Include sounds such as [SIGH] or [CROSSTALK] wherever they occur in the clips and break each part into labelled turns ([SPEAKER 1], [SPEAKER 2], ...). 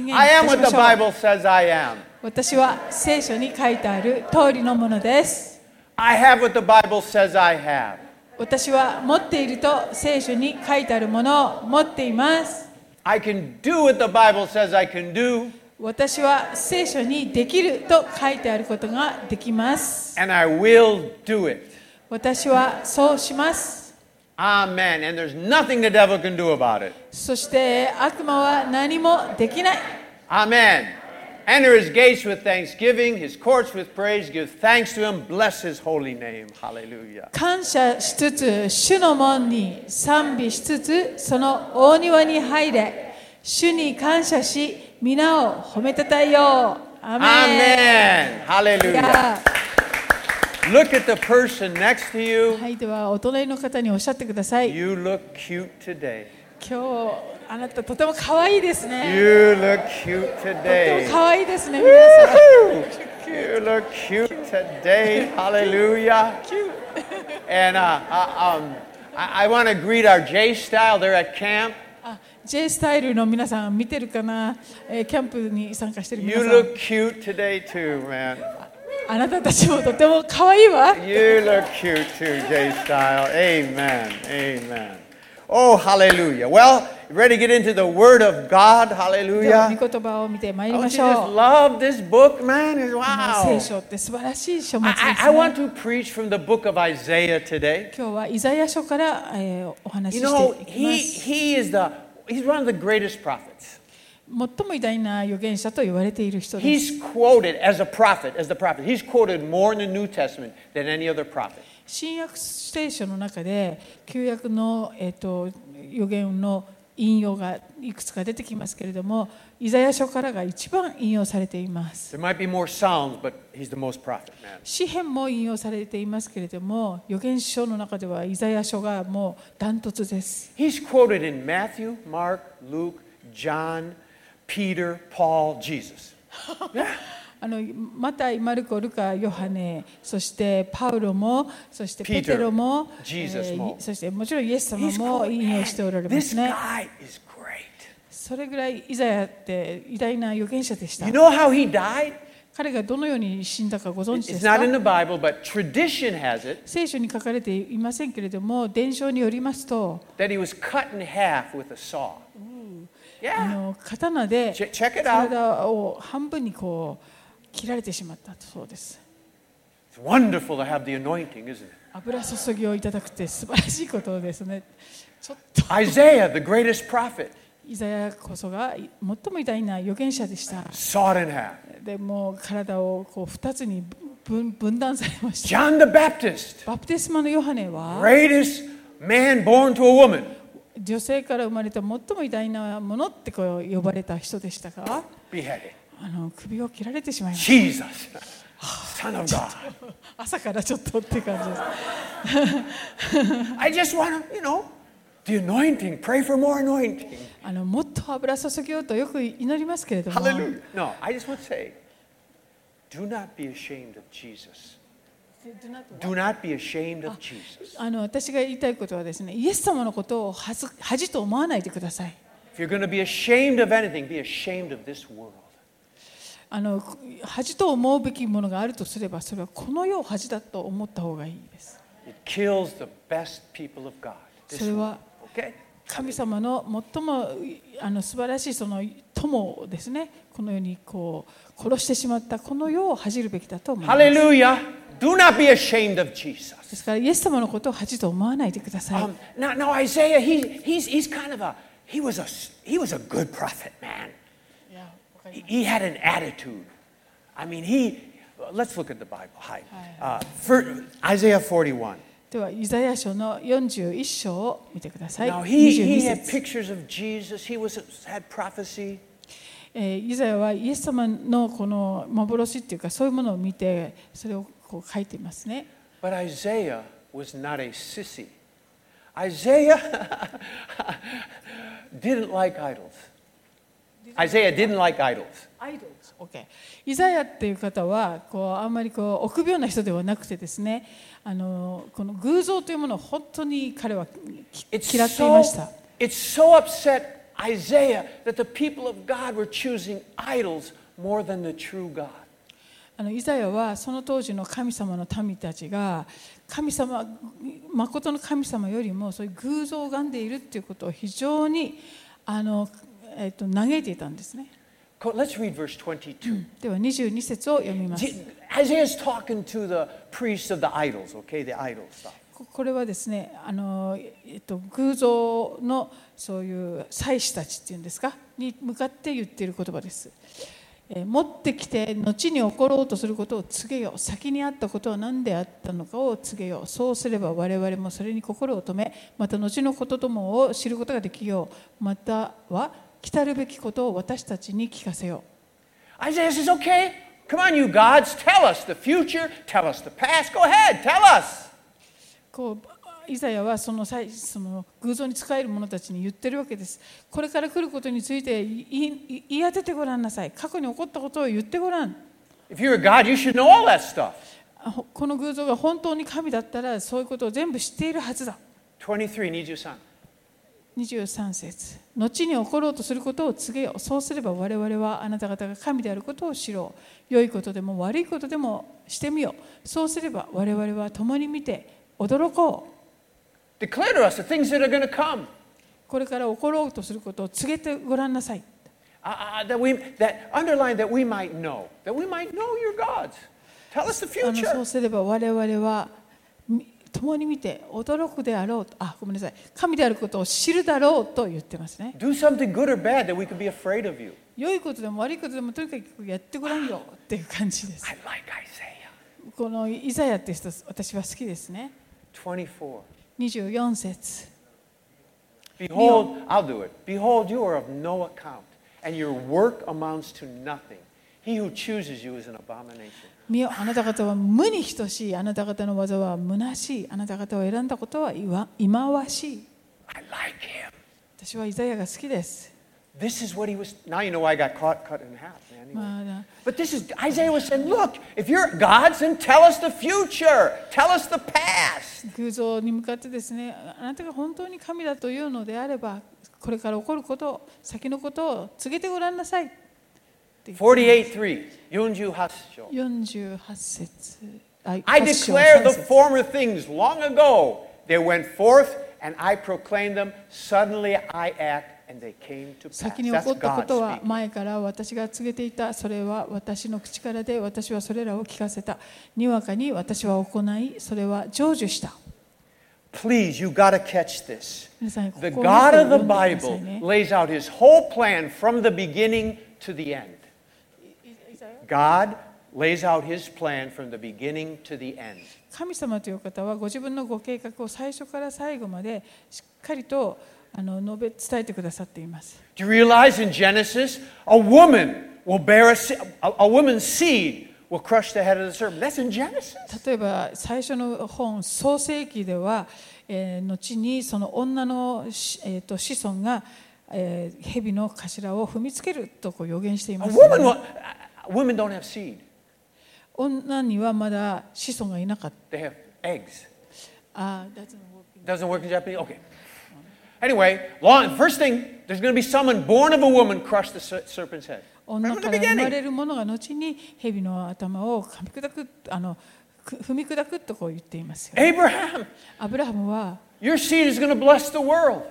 [SPEAKER 1] メン
[SPEAKER 2] I am
[SPEAKER 1] い
[SPEAKER 2] what
[SPEAKER 1] たしま
[SPEAKER 2] the
[SPEAKER 1] しょう
[SPEAKER 2] Bible says I am.
[SPEAKER 1] 私は聖書に書いてある通りのものです
[SPEAKER 2] I have what the Bible says I have.
[SPEAKER 1] 私は持っていると聖書に書いてあるものを持っています
[SPEAKER 2] I can do what the Bible says I can do,
[SPEAKER 1] 私は聖書にできると書いてあることができます
[SPEAKER 2] and I will do it.
[SPEAKER 1] 私はそうします
[SPEAKER 2] Amen. And there's nothing the devil can do about it.
[SPEAKER 1] そして悪魔は何もできない
[SPEAKER 2] Amen. Enter his gates with thanksgiving, his courts with praise. Give thanks to him. Bless his holy name. Hallelujah.
[SPEAKER 1] 感謝しつつ主の門に賛美しつつその大庭に入れ主に感謝し皆を褒めたたえようアー
[SPEAKER 2] Amen.
[SPEAKER 1] メン
[SPEAKER 2] Hallelujah. Look at the person next to you.
[SPEAKER 1] はいではお隣の方におっしゃってください今
[SPEAKER 2] You look cute today.
[SPEAKER 1] 日あなたとても可愛いですね
[SPEAKER 2] You look cute
[SPEAKER 1] とて
[SPEAKER 2] today.
[SPEAKER 1] も可愛いですね皆さん
[SPEAKER 2] Woohoo! [LAUGHS] You look cute today. Hallelujah. Cute. And uh, uh, um, I, I want to greet our J style. They're at camp.
[SPEAKER 1] [LAUGHS] あ J スタイルの皆さん見てるかな、えーキャンプに参加してる皆
[SPEAKER 2] You
[SPEAKER 1] さん
[SPEAKER 2] look cute today too, man.
[SPEAKER 1] あなたたちもとても可愛いわ
[SPEAKER 2] You look cute too, J style. Amen. Amen. Oh, hallelujah. Well, ready to get into the Word of God?
[SPEAKER 1] では
[SPEAKER 2] Hallelujah.
[SPEAKER 1] 御言葉を見てまいり
[SPEAKER 2] Don't
[SPEAKER 1] ま
[SPEAKER 2] you
[SPEAKER 1] し
[SPEAKER 2] just
[SPEAKER 1] ょう
[SPEAKER 2] love this book, man?
[SPEAKER 1] あの聖
[SPEAKER 2] Wow.
[SPEAKER 1] 書って素晴らしい書物です、ね
[SPEAKER 2] I, I, I want to preach from the book of Isaiah today.
[SPEAKER 1] 今日はイザヤ書から、えーお話し
[SPEAKER 2] You
[SPEAKER 1] していきま
[SPEAKER 2] know,
[SPEAKER 1] す
[SPEAKER 2] he, he is the, he's one of the greatest prophets.
[SPEAKER 1] 最も偉大な預言者と言われている人です
[SPEAKER 2] He's quoted as a prophet, as the prophet. He's quoted more in the New Testament than any other prophet.
[SPEAKER 1] 新約聖書の中で旧約の、えー、と預言の引用がいくつか出てきますけれどもイザヤ書からが一番引用されています
[SPEAKER 2] There might be more Psalms, but he's the most prophet, man.
[SPEAKER 1] 詩篇も引用されていますけれども預言書の中ではイザヤ書がもうダントツです
[SPEAKER 2] He's quoted in Matthew, Mark, Luke, John, Peter, Paul, Jesus.
[SPEAKER 1] あのマタイ、マルコ、ルカ、ヨハネ、そしてパウロも、そして
[SPEAKER 2] Peter
[SPEAKER 1] ペテロも、
[SPEAKER 2] Jesus も
[SPEAKER 1] そしてもちろんイエス様
[SPEAKER 2] He's
[SPEAKER 1] も
[SPEAKER 2] quoted.
[SPEAKER 1] 引用しておられま
[SPEAKER 2] This
[SPEAKER 1] すね。
[SPEAKER 2] guy is great.
[SPEAKER 1] それぐらいイザヤって偉大な預言者でした
[SPEAKER 2] You。know how he died?
[SPEAKER 1] 彼がどのように死んだかご存知で
[SPEAKER 2] It's
[SPEAKER 1] すか
[SPEAKER 2] not in the Bible, but tradition has it
[SPEAKER 1] 聖書に書かれていませんけれども、伝承によりますと、
[SPEAKER 2] that he was cut in half with a saw.
[SPEAKER 1] あ
[SPEAKER 2] Yeah.
[SPEAKER 1] の刀で
[SPEAKER 2] Check- check it out.
[SPEAKER 1] 体を半分にこう切られてしまったそうです。
[SPEAKER 2] It's wonderful to have the anointing, isn't it?
[SPEAKER 1] 油注ぎをいただくって素晴らしいことですね。ちょっと
[SPEAKER 2] Isaiah, the greatest prophet,
[SPEAKER 1] イザヤこそが最も偉大な預言者でした。
[SPEAKER 2] sawed in half.
[SPEAKER 1] でもう体をこう2つに分分断されました。
[SPEAKER 2] John the Baptist,
[SPEAKER 1] バプテスマのヨハネは
[SPEAKER 2] greatest man born to a woman,
[SPEAKER 1] 女性から生まれた最も偉大なものってこう呼ばれた人でしたが、
[SPEAKER 2] beheaded.
[SPEAKER 1] あの首を切られてしまいまし
[SPEAKER 2] Jesus, Son of God.
[SPEAKER 1] た。朝からちょっとって感じです。
[SPEAKER 2] I just want to, you know, the anointing. Pray for more anointing.
[SPEAKER 1] あのもっと油注ぎをとよく祈りますけれども、
[SPEAKER 2] Hallelujah. No, I just would say, do not be ashamed of Jesus. Do not be ashamed of Jesus.
[SPEAKER 1] あの私が言いたいことはですね、イエス様のことを恥ず恥と思わないでください。
[SPEAKER 2] If you're going to be ashamed of anything, be ashamed of this world.
[SPEAKER 1] あの恥と思うべきものがあるとすればそれはこの世を恥だと思った方がいいです。
[SPEAKER 2] It kills the best people of God. This
[SPEAKER 1] それ
[SPEAKER 2] world.
[SPEAKER 1] は
[SPEAKER 2] Okay?
[SPEAKER 1] 神様の最もあの素晴らしいその友をですねこの世にこう殺してしまったこの世を恥じるべきだと思います。
[SPEAKER 2] Hallelujah. Do not be ashamed of Jesus.
[SPEAKER 1] ですからイエス様のことを恥と思わないでください。
[SPEAKER 2] Um, now, now Isaiah, he, he's, he's kind of a, he was a, he was a good prophet, man. He, he had an attitude. I mean, he, let's look at the Bible. Hi. Uh, fir- Isaiah 41.
[SPEAKER 1] ではイザヤ書の41章を見てください。
[SPEAKER 2] Now, he, he
[SPEAKER 1] 22
[SPEAKER 2] had
[SPEAKER 1] 節
[SPEAKER 2] pictures of Jesus. He was, had prophecy.
[SPEAKER 1] えーイザヤはイエス様のこの幻っていうかそういうものを見てそれをこう書いていますね。
[SPEAKER 2] But Isaiah was not a sissy. Isaiah [LAUGHS] didn't like idols. Isaiah didn't like idols.
[SPEAKER 1] アイドル OK イザヤっていう方はこうあんまりこう臆病な人ではなくてですねあのこの偶像というものを本当に彼はき
[SPEAKER 2] It's
[SPEAKER 1] 嫌っていました
[SPEAKER 2] so, it's so upset Isaiah that the people of God were choosing idols more than the true God.
[SPEAKER 1] あのイザヤはその当時の神様の民たちが神様誠の神様よりもそういう偶像を拝んでいるっていうことを非常にあの、えっと嘆いていたんですね
[SPEAKER 2] Co- Let's read verse 22.
[SPEAKER 1] では22節を読みます
[SPEAKER 2] Je- Isaiah's talking to the priests of the idols, okay, the idol stuff.
[SPEAKER 1] ここれはですねあの、えっと、偶像のそういう祭司たちっていうんですかに向かって言っている言葉です、えー持ってきて後に起ころうとすることを告げよ先にあったことは何であったのかを告げよそうすれば我々もそれに心を止めまた後のことどもを知ることができようまたは来たるべきことを私たちに聞かせよう
[SPEAKER 2] Isaiah says, okay, come on, you gods, tell us the future, tell us the past, go ahead, tell us.
[SPEAKER 1] こうイザヤはその際その偶像に仕える者たちに言ってるわけです。これから来ることについていい言い当ててごらんなさい。過去に起こったことを言ってごらん。
[SPEAKER 2] If you're a god, you should know all that stuff.
[SPEAKER 1] あほこの偶像が本当に神だったらそういうことを全部知っているはずだ。
[SPEAKER 2] 23, need your son.
[SPEAKER 1] 23節後に起ころうとすることを告げよそうすれば我々はあなた方が神であることを知ろう良いことでも悪いことでもしてみようそうすれば我々は共に見て驚こう
[SPEAKER 2] Declare to us the things that are going to come.
[SPEAKER 1] これから起ころうとすることを告げてごらんなさい
[SPEAKER 2] Uh, uh, that we that underline that we might know that we might know your gods. Tell us the
[SPEAKER 1] あのそう
[SPEAKER 2] future.
[SPEAKER 1] すれば我々はみ共に見て驚くであろうとあごめんなさい神であることを知るだろうと言ってますね
[SPEAKER 2] Do something good or bad that we could be afraid of you.
[SPEAKER 1] 良いことでも悪いことでもとにかくやってごらんよっていう感じです
[SPEAKER 2] I like Isaiah
[SPEAKER 1] このイザヤって人私は好きですね
[SPEAKER 2] 24.
[SPEAKER 1] 24節
[SPEAKER 2] Behold, I'll do it. Behold, you are of no account, and your work amounts to nothing. He who chooses you is an abomination.
[SPEAKER 1] 見よあなた方は無に等しいあなた方の技は虚しいあなた方を選んだことはいわ忌まわしい
[SPEAKER 2] I like him.
[SPEAKER 1] 私はイザヤが好きです、
[SPEAKER 2] This is what he was. Now you know why I got caught cut in half, man. Anyway.
[SPEAKER 1] まあな
[SPEAKER 2] But this is Isaiah was saying, look, if you're gods, then tell us the future. Tell us the past.
[SPEAKER 1] 偶像に向かってですねあなたが本当に神だというのであればこれから起こること先のことを告げてごらんなさい
[SPEAKER 2] 48:3. Yunju Hasho.
[SPEAKER 1] 48節あ
[SPEAKER 2] I
[SPEAKER 1] 8章
[SPEAKER 2] declare
[SPEAKER 1] 3
[SPEAKER 2] the
[SPEAKER 1] 節
[SPEAKER 2] former things long ago. They went forth and I proclaimed them. Suddenly I act and they came to pass.
[SPEAKER 1] 先に起こ
[SPEAKER 2] That's
[SPEAKER 1] ったこ
[SPEAKER 2] God
[SPEAKER 1] とは
[SPEAKER 2] speaking.
[SPEAKER 1] 前から私が告げていたそれは私の口からで私はそれらを聞かせたにわかに私は行いそれは成就した
[SPEAKER 2] Please, you got to catch this.
[SPEAKER 1] 皆さんここ
[SPEAKER 2] The
[SPEAKER 1] を見て
[SPEAKER 2] God of the
[SPEAKER 1] 読んでくださ
[SPEAKER 2] Bible
[SPEAKER 1] いね
[SPEAKER 2] lays out his whole plan from the beginning to the end. God lays out his plan from the beginning to the end.
[SPEAKER 1] 神様という方はご自分のご計画を最初から最後までしっかりとあの述べ伝えてくださっています
[SPEAKER 2] Do you realize in Genesis, a woman will bear a, se- a, a woman's seed will crush the head of the serpent. That's in Genesis.
[SPEAKER 1] 例えば最初の本「創世記」では、えー後にその女のし、えーと子孫が、えー蛇の頭を踏みつけるとこう予言してい
[SPEAKER 2] A
[SPEAKER 1] ます、
[SPEAKER 2] woman will, women don't have seed;
[SPEAKER 1] 女にはまだ子孫がいなかった
[SPEAKER 2] they have eggs.
[SPEAKER 1] あー that's not working.
[SPEAKER 2] Doesn't work in Japanese. Okay. Anyway, long, first thing, there's going to be someone born of a woman crush the ser- serpent's head.
[SPEAKER 1] 女
[SPEAKER 2] From
[SPEAKER 1] か
[SPEAKER 2] the
[SPEAKER 1] ら生ま
[SPEAKER 2] beginning.
[SPEAKER 1] れるものが後に蛇の頭を噛み砕くあのく踏み砕くとこう言っていますよ
[SPEAKER 2] Abraham,
[SPEAKER 1] アブラハムは
[SPEAKER 2] your seed is going to bless the world.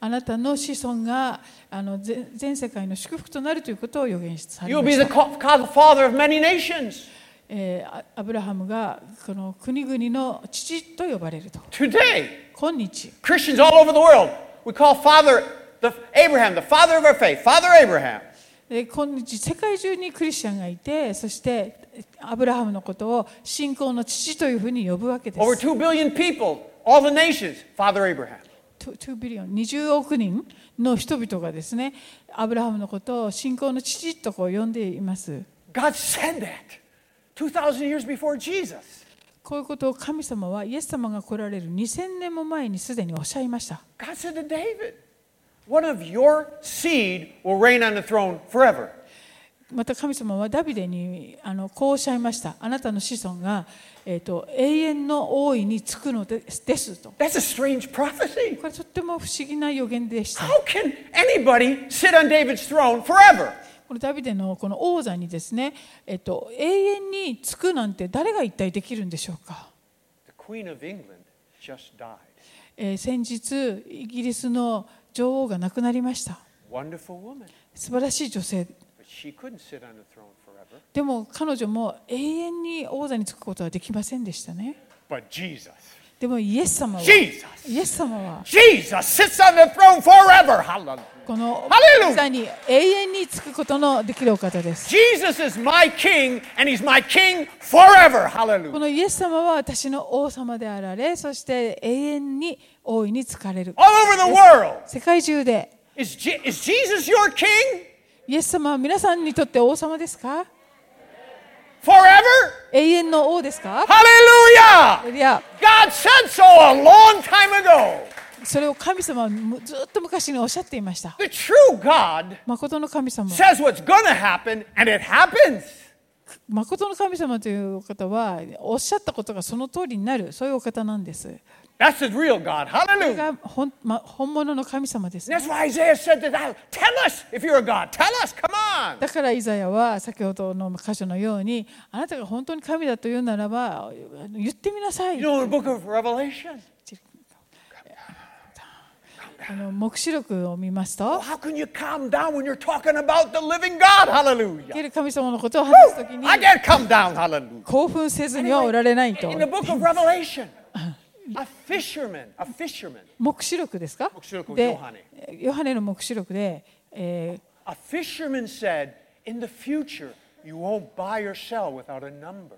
[SPEAKER 1] あなたの子孫があの全全世界の祝福となるということを予言され
[SPEAKER 2] You'll
[SPEAKER 1] ま
[SPEAKER 2] be
[SPEAKER 1] し
[SPEAKER 2] the
[SPEAKER 1] た
[SPEAKER 2] co- co- father of many nations.
[SPEAKER 1] えーあアブラハムがこの国々の父と呼ばれると
[SPEAKER 2] Today,
[SPEAKER 1] 今日
[SPEAKER 2] Christians all over the world, we call Father the Abraham, the father of our faith, Father Abraham.
[SPEAKER 1] で今日世界中にクリスチャンがいてそしてアブラハムのことを信仰の父というふうに呼ぶわけで
[SPEAKER 2] Over
[SPEAKER 1] す
[SPEAKER 2] 2 billion people, all the nations, Father Abraham.
[SPEAKER 1] 2 2 billion 20億人の人々がですねアブラハムのことを信仰の父とこう呼んでいます
[SPEAKER 2] God said that 2,000 years before Jesus.
[SPEAKER 1] こういうことを神様はイエス様が来られる2000年も前にすでにおっしゃいました
[SPEAKER 2] God said to David, one of your seed will reign on the throne forever.
[SPEAKER 1] また神様はダビデにあのこうおっしゃいましたあなたの子孫が、えー、と永遠の王位につくのですですと
[SPEAKER 2] That's a strange prophecy.
[SPEAKER 1] これとっても不思議な予言でした
[SPEAKER 2] How can anybody sit on David's throne forever?
[SPEAKER 1] このダビデのこの王座にですね、えっと、永遠につくなんて誰が一体できるんでしょうか、
[SPEAKER 2] The Queen of England just died.
[SPEAKER 1] えー先日イギリスの女王が亡くなりました
[SPEAKER 2] Wonderful woman.
[SPEAKER 1] 素晴らしい女性
[SPEAKER 2] But she couldn't sit on the throne forever.
[SPEAKER 1] でも彼女も永遠に王座につくことはできませんでしたね
[SPEAKER 2] But Jesus.
[SPEAKER 1] でもイエス様は
[SPEAKER 2] Jesus.
[SPEAKER 1] イエス様は
[SPEAKER 2] Jesus sits on the throne forever. Hallelujah.
[SPEAKER 1] この
[SPEAKER 2] ハレルヤ
[SPEAKER 1] 王座に永遠につくことのできるお方です
[SPEAKER 2] Jesus is my king, and he's my king forever.
[SPEAKER 1] こ
[SPEAKER 2] Hallelujah.
[SPEAKER 1] のイエス様は私の王様であられそして永遠に王位につかれる
[SPEAKER 2] All over the world.
[SPEAKER 1] 世界中で
[SPEAKER 2] Is, Je- is Jesus your king
[SPEAKER 1] イエス様は皆さんにとって王様ですか
[SPEAKER 2] forever?
[SPEAKER 1] 永遠の王ですか
[SPEAKER 2] Hallelujah.
[SPEAKER 1] いや
[SPEAKER 2] God said so a long time ago.
[SPEAKER 1] それを神様はむずっと昔におっしゃっていました
[SPEAKER 2] The true God
[SPEAKER 1] 誠の神様
[SPEAKER 2] says what's going to happen, and it happens.
[SPEAKER 1] 誠の神様というお方はおっしゃったことがその通りになるそういうお方なんですこ
[SPEAKER 2] That's the real God.
[SPEAKER 1] れ
[SPEAKER 2] Hallelujah.
[SPEAKER 1] が本,、ま、本物の神様です
[SPEAKER 2] That's why Isaiah said to that. Tell us if you're a God. Tell us. Come on.
[SPEAKER 1] だからイザヤは先ほどの箇所のようにあなたが本当に神だというならばあの言ってみなさい
[SPEAKER 2] You know, in the book of Revelation,
[SPEAKER 1] あの黙示録を見ますと
[SPEAKER 2] how can you calm down when you're talking about the living God?
[SPEAKER 1] 受
[SPEAKER 2] Hallelujah.
[SPEAKER 1] ける神様のことを話すときに
[SPEAKER 2] I can't calm down. Hallelujah.
[SPEAKER 1] 興奮せずにはおられないと
[SPEAKER 2] In the book of Revelation, a fisherman, a fisherman,
[SPEAKER 1] 黙示録ですか
[SPEAKER 2] 黙示録
[SPEAKER 1] で
[SPEAKER 2] ヨハネ
[SPEAKER 1] ヨハネの黙示録で、えー
[SPEAKER 2] a fisherman said, in the future, you won't buy or sell without a number.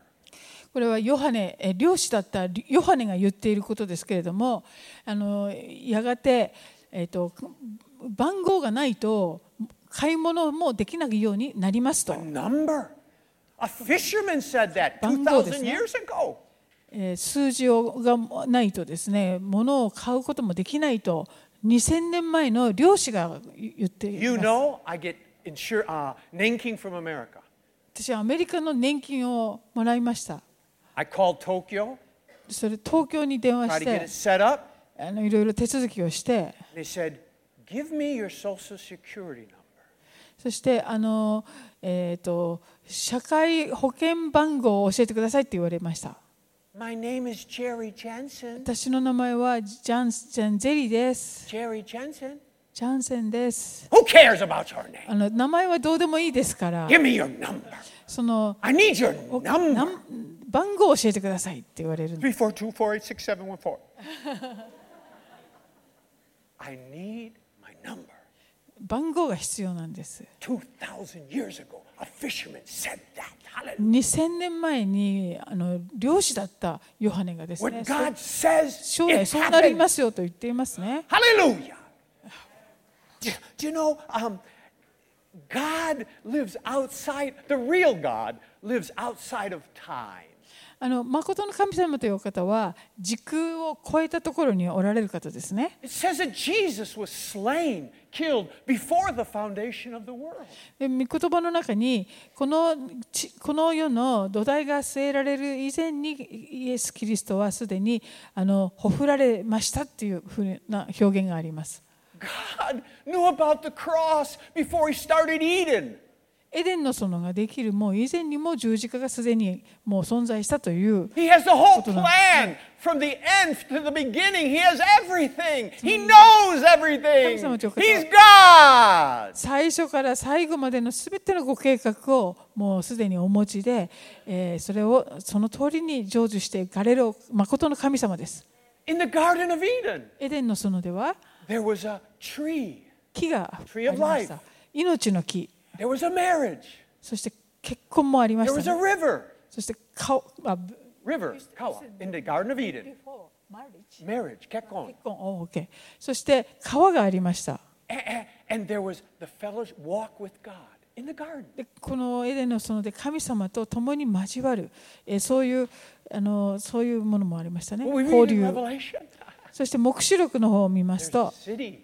[SPEAKER 1] これはヨハネえー漁師だったリヨハネが言っていることですけれどもあのやがて、えー、と番号がないと買い物もできないようになりますと
[SPEAKER 2] A、number. A fisherman said that
[SPEAKER 1] 番
[SPEAKER 2] 2,000
[SPEAKER 1] 号ですね。
[SPEAKER 2] years ago.
[SPEAKER 1] えー数字をがないとですね物を買うこともできないと2000年前の漁師が言ってい
[SPEAKER 2] You
[SPEAKER 1] ます
[SPEAKER 2] know, I get insure, uh, Nanking from America.
[SPEAKER 1] 私はアメリカの年金をもらいました
[SPEAKER 2] I called Tokyo,
[SPEAKER 1] それ東京に電
[SPEAKER 2] tried
[SPEAKER 1] 話
[SPEAKER 2] to
[SPEAKER 1] し
[SPEAKER 2] get
[SPEAKER 1] て
[SPEAKER 2] it set up.
[SPEAKER 1] あのいろいろ手続きをして。
[SPEAKER 2] They said, Give me your social security number.
[SPEAKER 1] そしてあの、えー、と社会保険番号を教えてくださいって言われました
[SPEAKER 2] My name is Jerry Jensen.
[SPEAKER 1] 私の名前はジャンジャンゼリーです
[SPEAKER 2] Jerry Jensen.
[SPEAKER 1] ジャンセンです
[SPEAKER 2] Who cares about your name?
[SPEAKER 1] あの名前はどうでもいいですから
[SPEAKER 2] Give me your number.
[SPEAKER 1] その
[SPEAKER 2] I need your
[SPEAKER 1] おな
[SPEAKER 2] number.
[SPEAKER 1] ん番号を教えてくださいって言われるんで
[SPEAKER 2] Three four two four eight six seven one four. [LAUGHS] I need my number.
[SPEAKER 1] 番号が必要なんです
[SPEAKER 2] 2,000 years ago, a fisherman said that. Hallelujah.
[SPEAKER 1] 2000年前にあの漁師だったヨハネがです
[SPEAKER 2] What
[SPEAKER 1] ねそう
[SPEAKER 2] God says,
[SPEAKER 1] 将来
[SPEAKER 2] it
[SPEAKER 1] そうなり
[SPEAKER 2] happens.
[SPEAKER 1] ますよと言っていますね
[SPEAKER 2] Hallelujah. Do, do you know, um, God lives outside, the real God lives outside of time.
[SPEAKER 1] あの誠の神様というお方は時空を超えたところにおられる方ですね。
[SPEAKER 2] It says that Jesus was slain, killed before the foundation of the world.
[SPEAKER 1] で御言葉の中にこのちこの世の土台が据えられる以前にイエス・キリストはすでにあのほふられましたっていうふうな表現があります。
[SPEAKER 2] God knew about the cross before he started Eden.
[SPEAKER 1] エデンの園ができるもう以前にも十字架がすでにもう存在したという
[SPEAKER 2] He has the whole
[SPEAKER 1] ことなん
[SPEAKER 2] plan from the end to the beginning. He has everything. He knows everything. He's God.
[SPEAKER 1] 最初から最後までのすべてのご計画をもうすでにお持ちで、えーそれをその通りに成就していかれる誠の神様です。
[SPEAKER 2] In the Garden of Eden,
[SPEAKER 1] エデンの園では
[SPEAKER 2] there was a tree.
[SPEAKER 1] 木があ
[SPEAKER 2] Tree
[SPEAKER 1] り
[SPEAKER 2] of
[SPEAKER 1] ま
[SPEAKER 2] life.
[SPEAKER 1] した。命の木、
[SPEAKER 2] There was a marriage.
[SPEAKER 1] そして結婚もありま
[SPEAKER 2] There
[SPEAKER 1] し
[SPEAKER 2] was
[SPEAKER 1] た、
[SPEAKER 2] a
[SPEAKER 1] ね。
[SPEAKER 2] river.
[SPEAKER 1] そして顔、あ、ぶ
[SPEAKER 2] River, Kawa, in the Garden of Eden. Marriage, kept going.
[SPEAKER 1] 結婚、お OK。そして川がありました。
[SPEAKER 2] Eh, And, there was the fellowship walk with God in the garden.
[SPEAKER 1] でこのエデンの園で神様と共に交わる、えーそういうあのそういうものもありましたね。
[SPEAKER 2] What we read
[SPEAKER 1] 交
[SPEAKER 2] in
[SPEAKER 1] 流。
[SPEAKER 2] Revelation.
[SPEAKER 1] そして黙示録の方を見ます
[SPEAKER 2] There's a
[SPEAKER 1] と。
[SPEAKER 2] city. A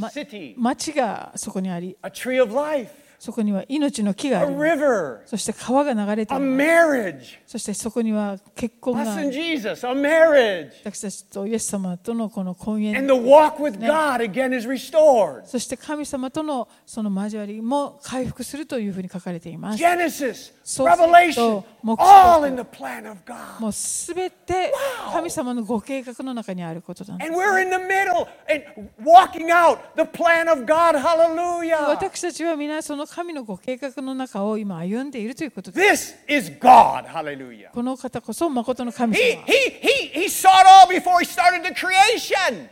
[SPEAKER 1] ま
[SPEAKER 2] city.
[SPEAKER 1] 町がそこにあり
[SPEAKER 2] A tree of life.
[SPEAKER 1] そこには命の木があ
[SPEAKER 2] a
[SPEAKER 1] ります
[SPEAKER 2] river,
[SPEAKER 1] そして川が流れてい
[SPEAKER 2] a
[SPEAKER 1] ます
[SPEAKER 2] marriage.
[SPEAKER 1] そしてそこには結婚が
[SPEAKER 2] Us and Jesus, a marriage.
[SPEAKER 1] 私たちとイエス様とのこの婚
[SPEAKER 2] And
[SPEAKER 1] 姻
[SPEAKER 2] the walk with God again is restored.
[SPEAKER 1] そして神様とのその交わりも回復するというふうに書かれています
[SPEAKER 2] Genesis,
[SPEAKER 1] So- so-
[SPEAKER 2] Revelation, all in the plan of God.
[SPEAKER 1] もうすべて神様のご計画の中にあることなんです
[SPEAKER 2] And we're in the middle and walking out the plan of God.
[SPEAKER 1] [LAUGHS]
[SPEAKER 2] Hallelujah.
[SPEAKER 1] 私たちは皆その神のご計画の中を今歩んでいるということです
[SPEAKER 2] This is God. Hallelujah.
[SPEAKER 1] この方こそ誠の神
[SPEAKER 2] He,
[SPEAKER 1] 様
[SPEAKER 2] he, he, he saw it all before he started the creation.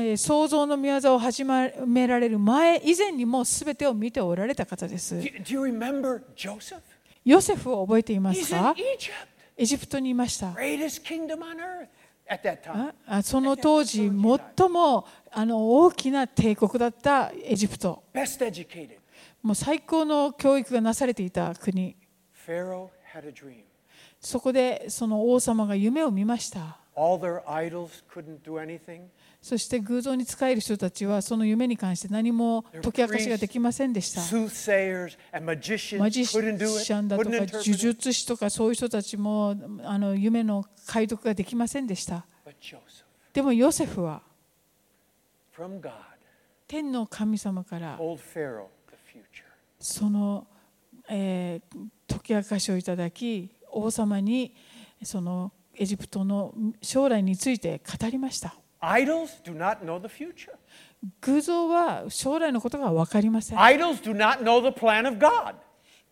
[SPEAKER 1] えー創造の宮沢を始められる前以前にもうすべてを見ておられた方です
[SPEAKER 2] Do you, do you remember Joseph?
[SPEAKER 1] ヨセフを覚えています
[SPEAKER 2] He's in
[SPEAKER 1] か
[SPEAKER 2] Egypt,
[SPEAKER 1] エジプトにいました
[SPEAKER 2] greatest kingdom on earth at that time.
[SPEAKER 1] あその当時最もあの大きな帝国だったエジプト
[SPEAKER 2] Best educated.
[SPEAKER 1] もう最高の教育がなされていた国
[SPEAKER 2] Pharaoh had a dream.
[SPEAKER 1] そこでその王様が夢を見ました
[SPEAKER 2] All their idols couldn't do anything.
[SPEAKER 1] そして偶像に仕える人たちはその夢に関して何も解き明かしができませんでした
[SPEAKER 2] Soothsayers and
[SPEAKER 1] マ
[SPEAKER 2] magicians
[SPEAKER 1] ジシ
[SPEAKER 2] couldn't do it.
[SPEAKER 1] ャンだと
[SPEAKER 2] Couldn't
[SPEAKER 1] か
[SPEAKER 2] interpret
[SPEAKER 1] 呪
[SPEAKER 2] it.
[SPEAKER 1] 術師とかそういう人たちもあの夢の解読ができませんでした
[SPEAKER 2] But Joseph,
[SPEAKER 1] でもヨセフは
[SPEAKER 2] from God,
[SPEAKER 1] 天の神様から
[SPEAKER 2] told Pharaoh the future.
[SPEAKER 1] その、えー解き明かしをいただき王様にそのエジプトの将来について語りました
[SPEAKER 2] Idols do not know the future.
[SPEAKER 1] 偶像は将来のことが分かりません
[SPEAKER 2] Idols do not know the plan of God.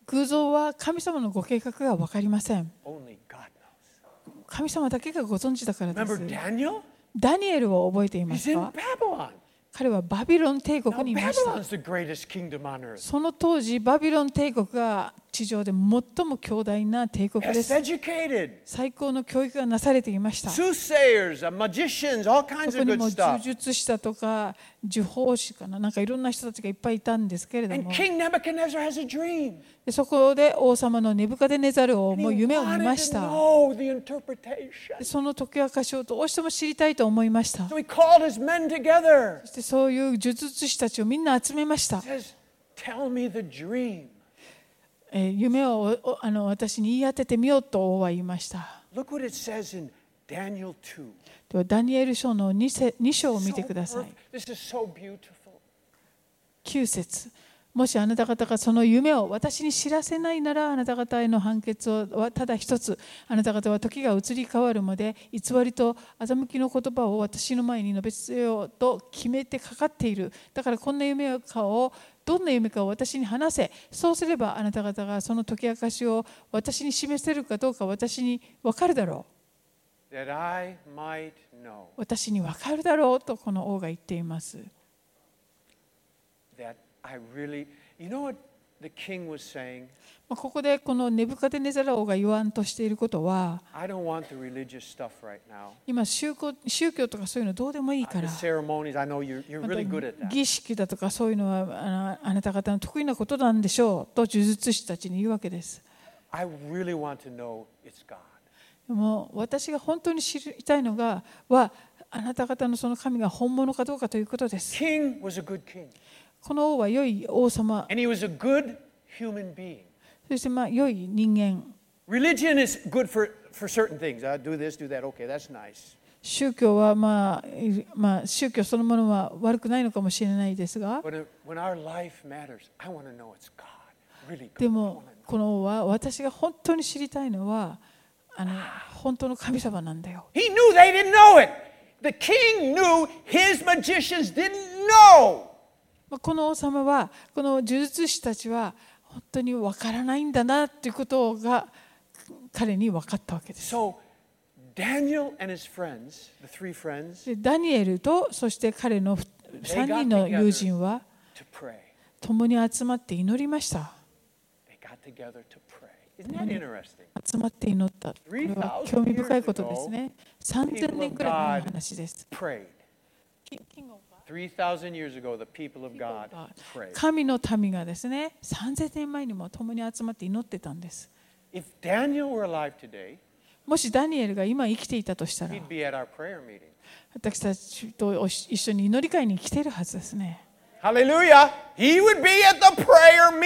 [SPEAKER 1] 偶像は神様のご計画が分かりません
[SPEAKER 2] Only God knows.
[SPEAKER 1] 神様だけがご存知だからで
[SPEAKER 2] Remember
[SPEAKER 1] す
[SPEAKER 2] Daniel?
[SPEAKER 1] ダニエルを覚えていま
[SPEAKER 2] He's
[SPEAKER 1] す
[SPEAKER 2] in
[SPEAKER 1] か
[SPEAKER 2] Babylon.
[SPEAKER 1] 彼はバビロン帝
[SPEAKER 2] Now,
[SPEAKER 1] 国にいました
[SPEAKER 2] Babylon's the greatest kingdom on earth.
[SPEAKER 1] その当時バビロン帝国が地上で最も強大な帝国で
[SPEAKER 2] Best
[SPEAKER 1] す
[SPEAKER 2] educated.
[SPEAKER 1] 最高の教育がなされていました
[SPEAKER 2] Soothsayers, uh, magicians, all kinds
[SPEAKER 1] そこ
[SPEAKER 2] of
[SPEAKER 1] にも
[SPEAKER 2] good
[SPEAKER 1] 呪
[SPEAKER 2] stuff.
[SPEAKER 1] 術師だとか呪法師かななんかいろんな人たちがいっぱいいたんですけれど
[SPEAKER 2] And
[SPEAKER 1] も
[SPEAKER 2] King Nebuchadnezzar has a dream.
[SPEAKER 1] でそこで王様のネブカデネザルを
[SPEAKER 2] And
[SPEAKER 1] もう
[SPEAKER 2] he
[SPEAKER 1] 夢を見ま
[SPEAKER 2] wanted
[SPEAKER 1] し
[SPEAKER 2] to
[SPEAKER 1] た
[SPEAKER 2] know the interpretation.
[SPEAKER 1] でその解き明かしをどうしても知りたいと思いました
[SPEAKER 2] So he called his men together.
[SPEAKER 1] そしてそういう呪術師たちをみんな集めました
[SPEAKER 2] He、says, Tell me the dream.
[SPEAKER 1] えー夢をおあの私に言い当ててみようと王は言いました
[SPEAKER 2] Look what it says in Daniel 2.
[SPEAKER 1] ではダニエル書の 2, せ2章を見
[SPEAKER 2] So
[SPEAKER 1] てください
[SPEAKER 2] perfect. This is so beautiful.
[SPEAKER 1] 9節もしあなた方がその夢を私に知らせないならあなた方への判決はただ一つあなた方は時が移り変わるまで偽りと欺きの言葉を私の前に述べつけようと決めてかかっているだからこんな夢かをどんな夢かを私に話せそうすればあなた方がその解き明かしを私に示せるかどうか私に分かるだろ
[SPEAKER 2] That I might know
[SPEAKER 1] う私に分かるだろうとこの王が言っています
[SPEAKER 2] that I really. You know what the king was saying?
[SPEAKER 1] まあここでこのネブカデネザラ王が言わんとしていることは
[SPEAKER 2] I don't want the religious stuff right now.
[SPEAKER 1] 今宗教宗教とかそういうのどうでもいいか
[SPEAKER 2] The
[SPEAKER 1] ら、
[SPEAKER 2] ceremonies, I know you're, you're
[SPEAKER 1] ま
[SPEAKER 2] really good at
[SPEAKER 1] た
[SPEAKER 2] that.
[SPEAKER 1] 儀式だとかそういうのはあのあなた方の得意なことなんでしょうと呪術師たちに言うわけです。
[SPEAKER 2] I really want to know it's God.
[SPEAKER 1] でも私が本当に知りたいのがはあなた方のその神が本物かどうかということです。
[SPEAKER 2] King was a good king,
[SPEAKER 1] この王は良い王様、
[SPEAKER 2] and he was a good human being.
[SPEAKER 1] そしてまあ良い人間。
[SPEAKER 2] Religion is good for, for certain things. I do this, do that. Okay, that's nice.
[SPEAKER 1] 宗教はまあ、いまあ、宗教そのものは悪くないのかもしれないですが、
[SPEAKER 2] But uh, when our life matters, I want to know it's God. Really
[SPEAKER 1] で
[SPEAKER 2] God. I
[SPEAKER 1] も
[SPEAKER 2] wanna know.
[SPEAKER 1] この王は私が本当に知りたいのはあの本当の神様なんだよ。
[SPEAKER 2] He knew they didn't know it. The king knew his magicians didn't know.
[SPEAKER 1] まあこの王様はこの呪術師たちは本当にわからないんだなということが彼に分かったわけです。
[SPEAKER 2] So Daniel and his friends, the three friends,
[SPEAKER 1] でダニエルとそして彼の3人の友人は
[SPEAKER 2] to pray.
[SPEAKER 1] 共に集まって祈りました。
[SPEAKER 2] They got together to pray. Isn't that interesting?
[SPEAKER 1] 集まって祈った。これは興味深いことですね。3000年くらい前の話です。
[SPEAKER 2] Prayed.
[SPEAKER 1] 金王が
[SPEAKER 2] 3,000 years ago, the people of God prayed.
[SPEAKER 1] 神の民がですね、3000年前にも共に集まって祈ってたんです。
[SPEAKER 2] If Daniel were alive today,
[SPEAKER 1] もしダニエルが今生きていたとしたら、
[SPEAKER 2] he'd be at our prayer meeting.
[SPEAKER 1] 私たちと一緒に祈り会に来ているはずですね。
[SPEAKER 2] Hallelujah. He would be at the prayer
[SPEAKER 1] で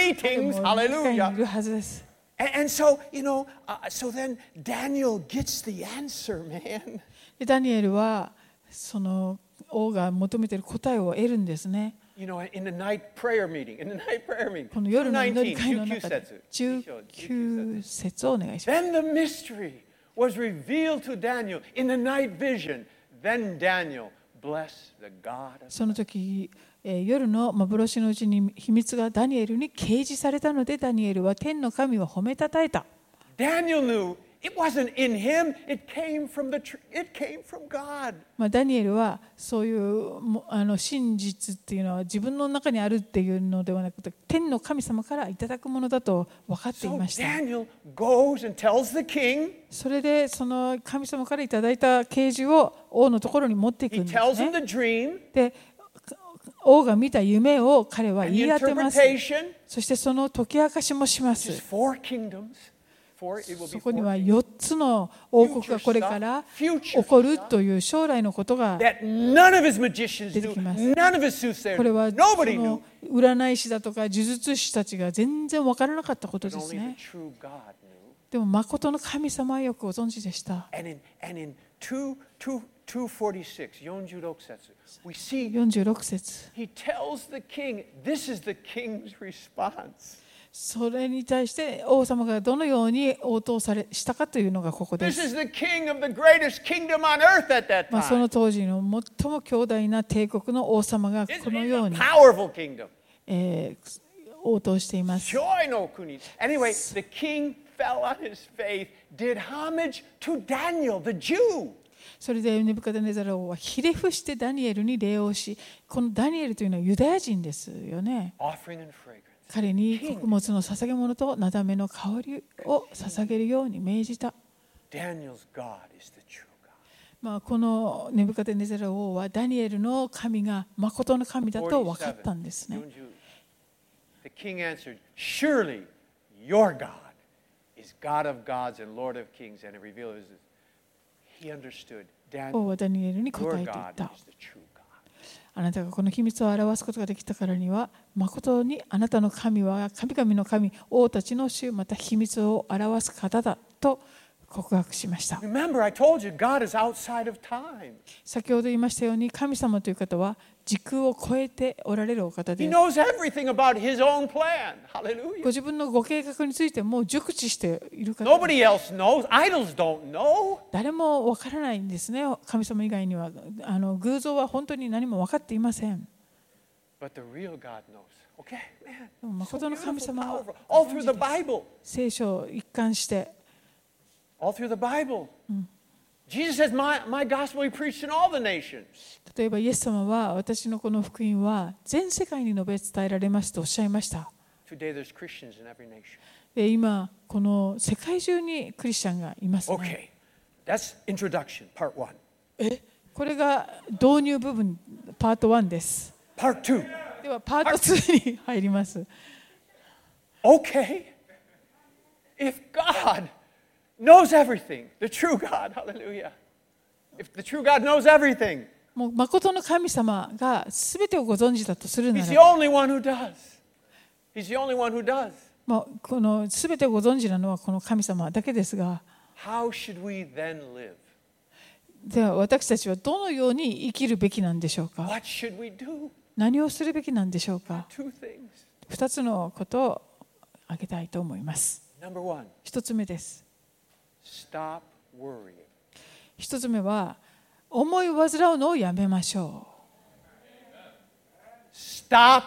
[SPEAKER 1] も
[SPEAKER 2] meetings.
[SPEAKER 1] 世界にい
[SPEAKER 2] Hallelujah.
[SPEAKER 1] るはずです。
[SPEAKER 2] And, and so, you know, uh, so then Daniel gets the answer, [LAUGHS] man.
[SPEAKER 1] でダニエルはその王が求めている答えを得るんですね。
[SPEAKER 2] You know, in the night prayer meeting, in the night prayer meeting,
[SPEAKER 1] この夜の祈り
[SPEAKER 2] 19,
[SPEAKER 1] 会の
[SPEAKER 2] 19
[SPEAKER 1] 中で
[SPEAKER 2] setsu.
[SPEAKER 1] 19節をお願いします。
[SPEAKER 2] Then the mystery was revealed to Daniel in the night vision. Then Daniel blessed the God of
[SPEAKER 1] その時えー夜の幻のうちに秘密がダニエルに掲示されたのでダニエルは天の神を褒めたたえた。
[SPEAKER 2] Daniel knew it wasn't in him, it came from the tr- it came from God.
[SPEAKER 1] まあ、ダニエルはそういうもあの真実っていうのは自分の中にあるっていうのではなくて天の神様からいただくものだと分かってい
[SPEAKER 2] So
[SPEAKER 1] ました。
[SPEAKER 2] Daniel goes and tells the king.
[SPEAKER 1] それでその神様からいただいた啓示を王のところに持っていく
[SPEAKER 2] He
[SPEAKER 1] んです
[SPEAKER 2] tells him
[SPEAKER 1] ね。
[SPEAKER 2] the dream,
[SPEAKER 1] で王が見た夢を彼は
[SPEAKER 2] and the
[SPEAKER 1] 言い当てます。
[SPEAKER 2] interpretation.
[SPEAKER 1] そしてその解き明かしもしま
[SPEAKER 2] It's
[SPEAKER 1] す。
[SPEAKER 2] four kingdoms. Four, it will
[SPEAKER 1] そ
[SPEAKER 2] be
[SPEAKER 1] こ
[SPEAKER 2] four
[SPEAKER 1] には
[SPEAKER 2] kingdoms.
[SPEAKER 1] 4つの王国がこれから起こるという将来のことが
[SPEAKER 2] that none of his magicians knew,
[SPEAKER 1] 出てきます。
[SPEAKER 2] none of his soothsayers,
[SPEAKER 1] これはそ
[SPEAKER 2] nobody knew.
[SPEAKER 1] の占い師だとか呪術師たちが全然分からなかったこと
[SPEAKER 2] But
[SPEAKER 1] です
[SPEAKER 2] only the
[SPEAKER 1] ね。
[SPEAKER 2] true God knew.
[SPEAKER 1] でも誠の神様はよくご存知でした。
[SPEAKER 2] And in and in two two two forty six, Yonjurokusetsu, we see
[SPEAKER 1] 46節
[SPEAKER 2] he tells the king, this is the king's response.
[SPEAKER 1] それに対して王様がどのように応答されしたかというのがここで
[SPEAKER 2] This
[SPEAKER 1] す。
[SPEAKER 2] is the king of the greatest kingdom on earth at that
[SPEAKER 1] まあ、そ
[SPEAKER 2] time.
[SPEAKER 1] の当時の最も強大な帝国の王様が
[SPEAKER 2] It's,
[SPEAKER 1] このよう
[SPEAKER 2] it's a
[SPEAKER 1] に、
[SPEAKER 2] powerful kingdom.
[SPEAKER 1] えー応答しています。
[SPEAKER 2] Joy no kuni. Anyway, the king fell on his face, did homage to Daniel, the Jew.
[SPEAKER 1] それでネブカデネザル王はひれ伏してダニエルに礼をし、このダニエルというのはユダヤ人ですよね。
[SPEAKER 2] Offering and fragrance.
[SPEAKER 1] 彼に穀物の捧げ物となだめの香りを捧げるように命じた。
[SPEAKER 2] Daniel's God is the true God.
[SPEAKER 1] まあ、このネブカデネザル王はダニエルの神が誠の神だと分かったんですね
[SPEAKER 2] 47,。40. The king answered, Surely your God is God of gods and Lord of kings, and it reveals it. He understood
[SPEAKER 1] 王
[SPEAKER 2] Daniel,
[SPEAKER 1] はダニエルに答
[SPEAKER 2] your
[SPEAKER 1] えていっ
[SPEAKER 2] God
[SPEAKER 1] た
[SPEAKER 2] is。the true God.
[SPEAKER 1] あなたがこの秘密を表すことができたからには、誠にあなたの神は神々の神、王たちの主、また秘密を表す方だと告白しました。
[SPEAKER 2] Remember, I told you, God is outside of time.
[SPEAKER 1] 先ほど言いましたように神様という方は時空を超えておられるお方
[SPEAKER 2] He
[SPEAKER 1] で
[SPEAKER 2] knows everything about his own plan.
[SPEAKER 1] ご
[SPEAKER 2] Hallelujah.
[SPEAKER 1] 自分のご計画についてもう熟知している方
[SPEAKER 2] Nobody else knows. Idols don't know.
[SPEAKER 1] 誰もわからないんですね神様以外にはあの偶像は本当に何も分かっていません
[SPEAKER 2] But the real God knows. Okay, man.
[SPEAKER 1] でも
[SPEAKER 2] So
[SPEAKER 1] 誠の神
[SPEAKER 2] beautiful,
[SPEAKER 1] 様は
[SPEAKER 2] powerful. All through the Bible.
[SPEAKER 1] 聖書を一貫して
[SPEAKER 2] All through the Bible. Jesus says, my, my gospel we preached in all the nations.
[SPEAKER 1] 例えばイエス様は私のこの福音は全世界に述べ伝えられますとおっしゃいました
[SPEAKER 2] Today there's Christians in every nation.
[SPEAKER 1] で今この世界中にクリスチャンがいます、ね
[SPEAKER 2] Okay, that's introduction, part one.
[SPEAKER 1] えこれが導入部分パート1です
[SPEAKER 2] Part two.
[SPEAKER 1] ではパート2に入ります。
[SPEAKER 2] Okay, if God knows everything, the true God, [LAUGHS] hallelujah. If the true God knows everything,
[SPEAKER 1] もう誠の神様がすべてをご存知だとするな
[SPEAKER 2] He's the
[SPEAKER 1] ら、
[SPEAKER 2] only one who does. He's the only one who does.
[SPEAKER 1] もうこのすべてをご存知なのはこの神様だけですが、
[SPEAKER 2] How should we then live?
[SPEAKER 1] では私たちはどのように生きるべきなんでしょうか。
[SPEAKER 2] What should we do?
[SPEAKER 1] 何をするべきなんでしょうか。
[SPEAKER 2] Two things.
[SPEAKER 1] 二つのことを挙げたいと思います。
[SPEAKER 2] Number one,
[SPEAKER 1] 一つ目です。
[SPEAKER 2] stop worrying.
[SPEAKER 1] 一つ目は思い煩うのをやめましょ
[SPEAKER 2] Stop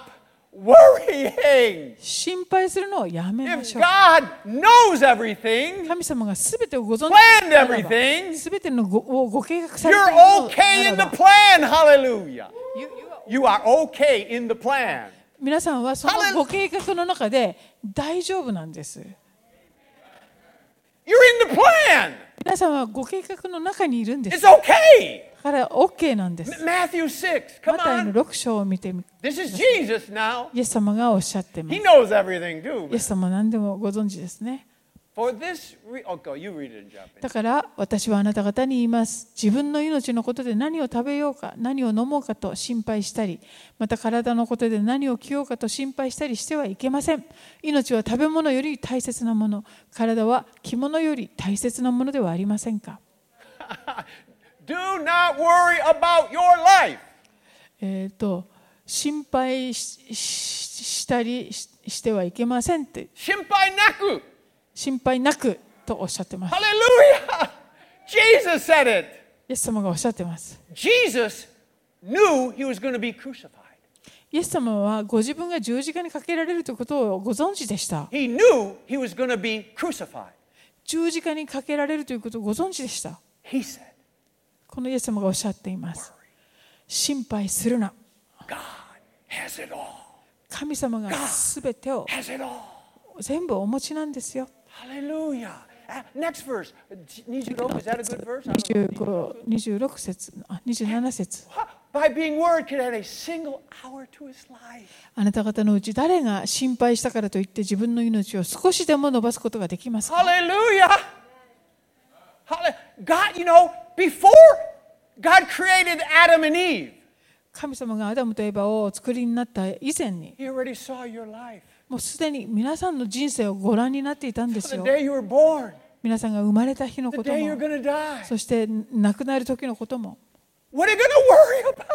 [SPEAKER 2] worrying.
[SPEAKER 1] う。心配するのをやめま
[SPEAKER 2] If
[SPEAKER 1] しょう。
[SPEAKER 2] God knows everything,
[SPEAKER 1] 神様がすべてをご存知な
[SPEAKER 2] planned
[SPEAKER 1] らば
[SPEAKER 2] everything,
[SPEAKER 1] すべてのごをご計画されてい
[SPEAKER 2] you're
[SPEAKER 1] るのな
[SPEAKER 2] okay in
[SPEAKER 1] ら
[SPEAKER 2] the
[SPEAKER 1] ば
[SPEAKER 2] plan. Hallelujah.
[SPEAKER 1] You- you are-
[SPEAKER 2] You are okay in the plan.
[SPEAKER 1] 皆さんはそのご計画の中で大丈夫なんです。
[SPEAKER 2] You're in the plan.
[SPEAKER 1] 皆さんはご計画の中にいるんです
[SPEAKER 2] It's。okay.
[SPEAKER 1] だから OK なんで
[SPEAKER 2] M-
[SPEAKER 1] す。
[SPEAKER 2] Matthew 6.
[SPEAKER 1] マ
[SPEAKER 2] Come
[SPEAKER 1] タイの
[SPEAKER 2] on.
[SPEAKER 1] 6章を見てみ、
[SPEAKER 2] This is Jesus now.
[SPEAKER 1] イエス様がおっしゃってま
[SPEAKER 2] He
[SPEAKER 1] す。
[SPEAKER 2] knows everything, too.
[SPEAKER 1] イエ
[SPEAKER 2] man.
[SPEAKER 1] ス様は何でもご存知ですね。
[SPEAKER 2] For this, re- okay, you read it in Japanese.
[SPEAKER 1] だから私はあなた方に言います。自分の命のことで何を食べようか、何を飲もうかと心配したり、また体のことで何を着ようかと心配したりしてはいけません。命は食べ物より大切なもの、体は着物より大切なものではありませんか。
[SPEAKER 2] Do not worry about your life.
[SPEAKER 1] えー、と心配しししたりししてはいけませんって、
[SPEAKER 2] Shimpai naku.
[SPEAKER 1] 心配なくとおっしゃってます。
[SPEAKER 2] Hallelujah. [LAUGHS] Jesus said it.
[SPEAKER 1] イエス様がおっしゃってます。
[SPEAKER 2] Jesus knew he was going to be crucified.
[SPEAKER 1] イエス様はご自分が十字架にかけられるということをご存知でした。
[SPEAKER 2] He knew he was going to be crucified.
[SPEAKER 1] 十字架にかけられるということをご存知でした。
[SPEAKER 2] He said,
[SPEAKER 1] このイエス様がおっしゃっています。心配するな。
[SPEAKER 2] God has it all.
[SPEAKER 1] 神様がすべてを
[SPEAKER 2] Has it all.
[SPEAKER 1] 全部お持ちなんですよ。
[SPEAKER 2] Hallelujah. Ah, Next verse. Nijigo, is that a good verse? I don't know.
[SPEAKER 1] 25 26節、あ27節
[SPEAKER 2] Ha, By being word could add a single hour to his life.
[SPEAKER 1] あなた方のうち誰が心配したからといって自分の命を少しでも伸ばすことができますか
[SPEAKER 2] Hallelujah. Halle- God, you know, before God created Adam and Eve,
[SPEAKER 1] 神様がアダムとエバをお作りになった以前に
[SPEAKER 2] he already saw your life.
[SPEAKER 1] もうすでに皆さんの人生をご覧になっていたんで
[SPEAKER 2] From
[SPEAKER 1] す
[SPEAKER 2] the
[SPEAKER 1] よ
[SPEAKER 2] day you were born,
[SPEAKER 1] 皆さんが生まれた日の
[SPEAKER 2] the
[SPEAKER 1] こと
[SPEAKER 2] day you're
[SPEAKER 1] も
[SPEAKER 2] going to die.
[SPEAKER 1] そして亡くなる時のことも
[SPEAKER 2] What are you going to worry about?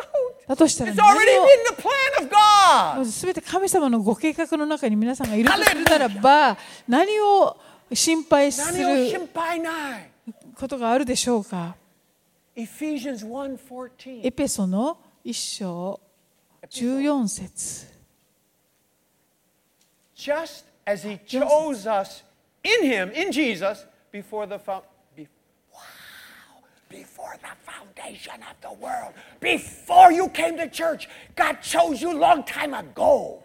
[SPEAKER 1] だとしたら
[SPEAKER 2] It's
[SPEAKER 1] 何を
[SPEAKER 2] already in the plan of
[SPEAKER 1] も
[SPEAKER 2] God.
[SPEAKER 1] う全て神様のご計画の中に皆さんがいるとするならば何を心配す
[SPEAKER 2] 何を
[SPEAKER 1] る
[SPEAKER 2] 心配ない
[SPEAKER 1] ことがあるでしょうか
[SPEAKER 2] Ephesians 1:14.
[SPEAKER 1] エペソの一章14節
[SPEAKER 2] Just as he chose us in him, in Jesus, before the found, be, wow, before the foundation of the world, before you came to church, God chose you long time ago.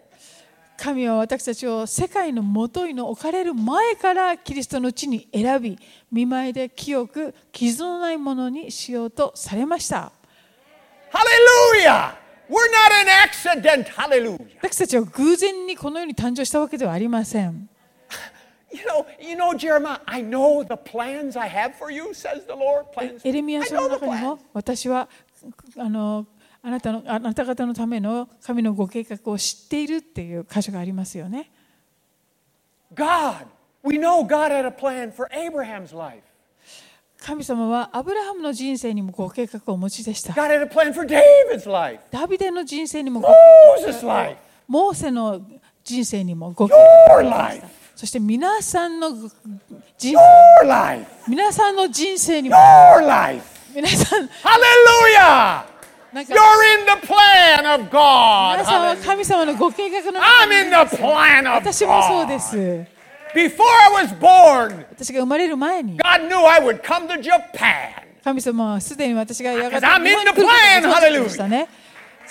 [SPEAKER 1] 神は私たちを世界の元いの置かれる前からキリストのうちに選び、見舞いで清く傷のないものにしようとされました。
[SPEAKER 2] Hallelujah! We're not an accident. Hallelujah.
[SPEAKER 1] 私たちは偶然にこの世に誕生したわけではありません。
[SPEAKER 2] You know, you know, Jeremiah, I know the plans I have for you, says the Lord. Plans.
[SPEAKER 1] エレミ
[SPEAKER 2] I
[SPEAKER 1] ア書の
[SPEAKER 2] know the
[SPEAKER 1] 中に
[SPEAKER 2] plans.
[SPEAKER 1] も私はあのあなたのあなた方のための神のご計画を知っているっていう箇所がありますよね。
[SPEAKER 2] God, we know God had a plan for Abraham's life.
[SPEAKER 1] 神様はアブラハムの人生にもご計画をお持ちでした。
[SPEAKER 2] God had a plan for David's life,
[SPEAKER 1] ダビデの人生にもご計画
[SPEAKER 2] Moses' life,
[SPEAKER 1] モーセの人生にもご
[SPEAKER 2] your life,
[SPEAKER 1] そして皆さんの人生
[SPEAKER 2] your life,
[SPEAKER 1] 皆さんの人生にも
[SPEAKER 2] your life.
[SPEAKER 1] 皆さん
[SPEAKER 2] Hallelujah!
[SPEAKER 1] なんか
[SPEAKER 2] You're in the plan
[SPEAKER 1] 皆
[SPEAKER 2] of God.
[SPEAKER 1] さんは
[SPEAKER 2] Hallelujah.
[SPEAKER 1] 神様のご計画の
[SPEAKER 2] I'm
[SPEAKER 1] 中
[SPEAKER 2] in
[SPEAKER 1] に
[SPEAKER 2] the plan of
[SPEAKER 1] 私もそうで
[SPEAKER 2] God.
[SPEAKER 1] す
[SPEAKER 2] Before I was born,
[SPEAKER 1] 私が生まれる前に
[SPEAKER 2] God knew I would come to Japan.
[SPEAKER 1] 神様はすでに私がやがて
[SPEAKER 2] I'm in
[SPEAKER 1] 日本に来ることを
[SPEAKER 2] the plan.
[SPEAKER 1] ご存知でしたね